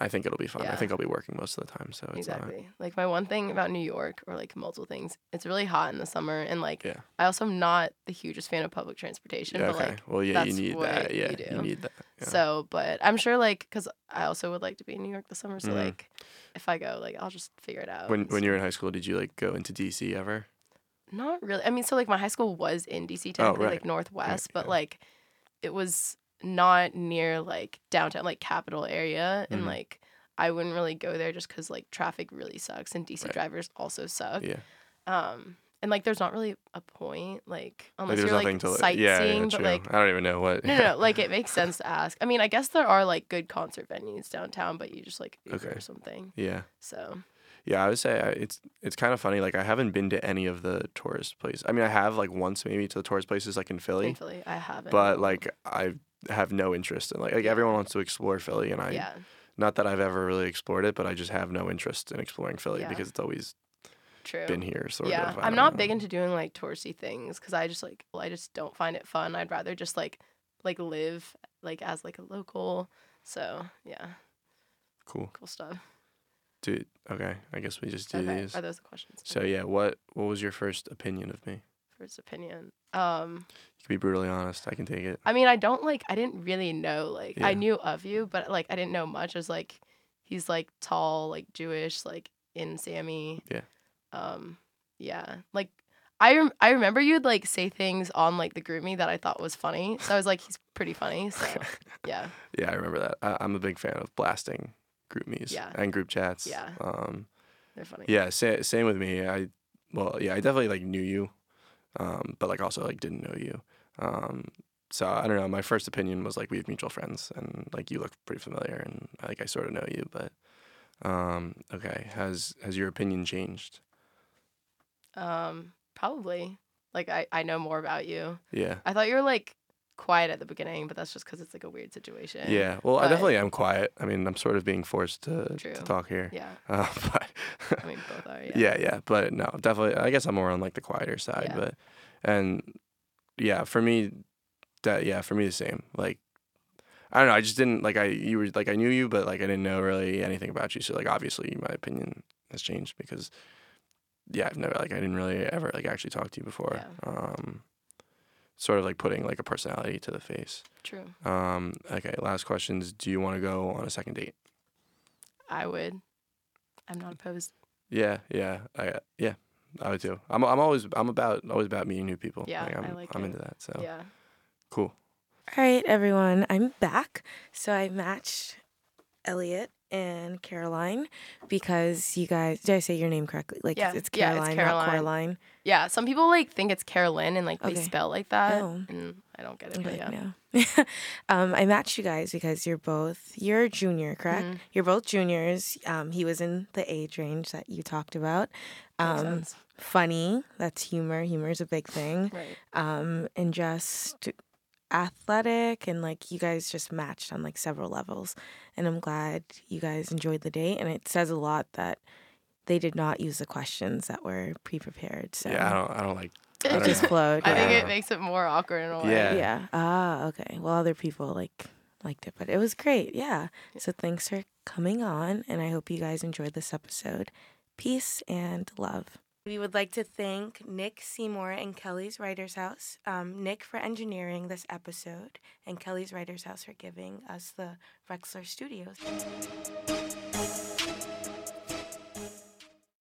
[SPEAKER 2] I think it'll be fun. I
[SPEAKER 3] Yeah.
[SPEAKER 2] think I'll be working most of the time, so it's
[SPEAKER 3] exactly. Like my one thing about New York, or like multiple things, it's really hot in the summer, and like
[SPEAKER 2] Yeah.
[SPEAKER 3] I also am not the hugest fan of public transportation,
[SPEAKER 2] not. Yeah,
[SPEAKER 3] but
[SPEAKER 2] okay.
[SPEAKER 3] like
[SPEAKER 2] well, yeah, you
[SPEAKER 3] that's
[SPEAKER 2] need
[SPEAKER 3] what
[SPEAKER 2] that.
[SPEAKER 3] you
[SPEAKER 2] Yeah, you,
[SPEAKER 3] do.
[SPEAKER 2] need that. Yeah.
[SPEAKER 3] so. But I'm sure like because I also would like to be in New York this summer, so
[SPEAKER 2] Mhm.
[SPEAKER 3] like if I go, like I'll just figure it out.
[SPEAKER 2] when when you were in high school, did you like go into DC ever?
[SPEAKER 3] Not really. I mean, so like my high school was in DC technically,
[SPEAKER 2] Oh, right.
[SPEAKER 3] like Northwest, but
[SPEAKER 2] yeah.
[SPEAKER 3] like it was not near like downtown, like capital area, and
[SPEAKER 2] Mhm.
[SPEAKER 3] like I wouldn't really go there just because like traffic really sucks and DC
[SPEAKER 2] Right.
[SPEAKER 3] drivers also suck.
[SPEAKER 2] Yeah.
[SPEAKER 3] Um, and like there's not really a point like
[SPEAKER 2] Like
[SPEAKER 3] unless
[SPEAKER 2] there's
[SPEAKER 3] you're
[SPEAKER 2] nothing
[SPEAKER 3] like
[SPEAKER 2] to like.
[SPEAKER 3] sightseeing,
[SPEAKER 2] Yeah, yeah,
[SPEAKER 3] but
[SPEAKER 2] true.
[SPEAKER 3] like
[SPEAKER 2] I don't even know what.
[SPEAKER 3] no, no, no, like it makes sense to ask. I mean, I guess there are like good concert venues downtown, but you just like Uber
[SPEAKER 2] Okay.
[SPEAKER 3] or something.
[SPEAKER 2] Yeah.
[SPEAKER 3] So
[SPEAKER 2] Yeah, I would say I, it's it's kind of funny. Like I haven't been to any of the tourist places. I mean, I have like once maybe to the tourist places like in Philly,
[SPEAKER 3] in Philly, I haven't.
[SPEAKER 2] but like I have no interest in like like
[SPEAKER 3] Yeah.
[SPEAKER 2] everyone wants to explore Philly, and I
[SPEAKER 3] yeah,
[SPEAKER 2] not that I've ever really explored it, but I just have no interest in exploring Philly
[SPEAKER 3] Yeah.
[SPEAKER 2] because it's always
[SPEAKER 3] true.
[SPEAKER 2] been here sort
[SPEAKER 3] yeah,
[SPEAKER 2] of. I
[SPEAKER 3] I'm
[SPEAKER 2] don't
[SPEAKER 3] not
[SPEAKER 2] know.
[SPEAKER 3] big into doing like touristy things because I just like well, I just don't find it fun. I'd rather just like like live like as like a local. So yeah,
[SPEAKER 2] cool.
[SPEAKER 3] cool stuff.
[SPEAKER 2] Dude, okay, I guess we just do
[SPEAKER 3] Okay,
[SPEAKER 2] these.
[SPEAKER 3] are those the questions?
[SPEAKER 2] So yeah, what what was your first opinion of me? You
[SPEAKER 3] First opinion. Um,
[SPEAKER 2] can be brutally honest. I can take it.
[SPEAKER 3] I mean, I don't like. I didn't really know. Like, I
[SPEAKER 2] Yeah.
[SPEAKER 3] knew of you, but like, I didn't know much. I was like, he's like tall, like Jewish, like in Sammy.
[SPEAKER 2] Yeah.
[SPEAKER 3] Um. Yeah. Like, I rem- I remember you'd like say things on like the group me that I thought was funny. So I was like, he's pretty funny. So yeah,
[SPEAKER 2] Yeah, I remember that. I, I'm a big fan of blasting group me's
[SPEAKER 3] Yeah.
[SPEAKER 2] and group chats.
[SPEAKER 3] Yeah.
[SPEAKER 2] Um,
[SPEAKER 3] they're funny.
[SPEAKER 2] yeah, sa- same with me. I, well, yeah, I definitely like knew you, um, but like also like didn't know you. Um, so I don't know. My first opinion was like we have mutual friends, and like you look pretty familiar, and like I sort of know you, but um, okay. Has has your opinion changed?
[SPEAKER 3] Um. Probably. Like, I I know more about you.
[SPEAKER 2] Yeah.
[SPEAKER 3] I thought you were like quiet at the beginning, but that's just because it's like a weird situation.
[SPEAKER 2] Yeah. Well, I
[SPEAKER 3] But-
[SPEAKER 2] definitely am quiet. I mean, I'm sort of being forced to,
[SPEAKER 3] True.
[SPEAKER 2] to talk here.
[SPEAKER 3] Yeah.
[SPEAKER 2] Uh, but
[SPEAKER 3] I mean, both are. Yeah.
[SPEAKER 2] yeah yeah but no definitely i guess i'm more on like the quieter side
[SPEAKER 3] Yeah.
[SPEAKER 2] but and yeah for me that yeah for me the same like i don't know i just didn't like i you were like i knew you but like i didn't know really anything about you so like obviously my opinion has changed because yeah i've never like i didn't really ever like actually talk to you before
[SPEAKER 3] Yeah.
[SPEAKER 2] um sort of like putting like a personality to the face
[SPEAKER 3] True.
[SPEAKER 2] um okay last questions do you want to go on a second date
[SPEAKER 3] I would. I'm not opposed.
[SPEAKER 2] Yeah, yeah, I yeah, I would too. I'm I'm always I'm about always about meeting new people.
[SPEAKER 3] Yeah,
[SPEAKER 2] like, I'm,
[SPEAKER 3] I like
[SPEAKER 2] I'm
[SPEAKER 3] it.
[SPEAKER 2] into that. So
[SPEAKER 3] Yeah.
[SPEAKER 2] cool.
[SPEAKER 1] All right, everyone, I'm back. So I matched Elliot and Caroline because you guys, did I say your name correctly? Like,
[SPEAKER 3] Yeah,
[SPEAKER 1] it's
[SPEAKER 3] yeah, it's
[SPEAKER 1] Caroline, not
[SPEAKER 3] Caroline.
[SPEAKER 1] Coraline.
[SPEAKER 3] Yeah. Some people like think it's Carolyn and like they
[SPEAKER 1] Okay.
[SPEAKER 3] spell like that.
[SPEAKER 1] Oh.
[SPEAKER 3] And I don't get it.
[SPEAKER 1] I'm
[SPEAKER 3] But
[SPEAKER 1] like,
[SPEAKER 3] yeah.
[SPEAKER 1] no. um, I matched you guys because you're both, you're a junior, correct?
[SPEAKER 3] Mhm.
[SPEAKER 1] You're both juniors. Um, he was in the age range that you talked about.
[SPEAKER 3] Makes
[SPEAKER 1] Um,
[SPEAKER 3] sense.
[SPEAKER 1] funny, that's humor. Humor is a big thing.
[SPEAKER 3] Right.
[SPEAKER 1] um, and just athletic and like you guys just matched on like several levels and i'm glad you guys enjoyed the date and it says a lot that they did not use the questions that were pre-prepared so
[SPEAKER 2] Yeah, I don't I don't like. I
[SPEAKER 1] it
[SPEAKER 2] don't
[SPEAKER 1] just
[SPEAKER 2] know.
[SPEAKER 1] flowed
[SPEAKER 3] I think
[SPEAKER 1] yeah.
[SPEAKER 2] Yeah.
[SPEAKER 3] it makes it more awkward in a way.
[SPEAKER 2] Yeah.
[SPEAKER 1] yeah ah okay well other people like liked it but it was great yeah so thanks for coming on and i hope you guys enjoyed this episode peace and love we would like to thank Nick Seymour and Kelly's Writers House. Um, Nick for engineering this episode, and Kelly's Writers House for giving us the Rexler Studios.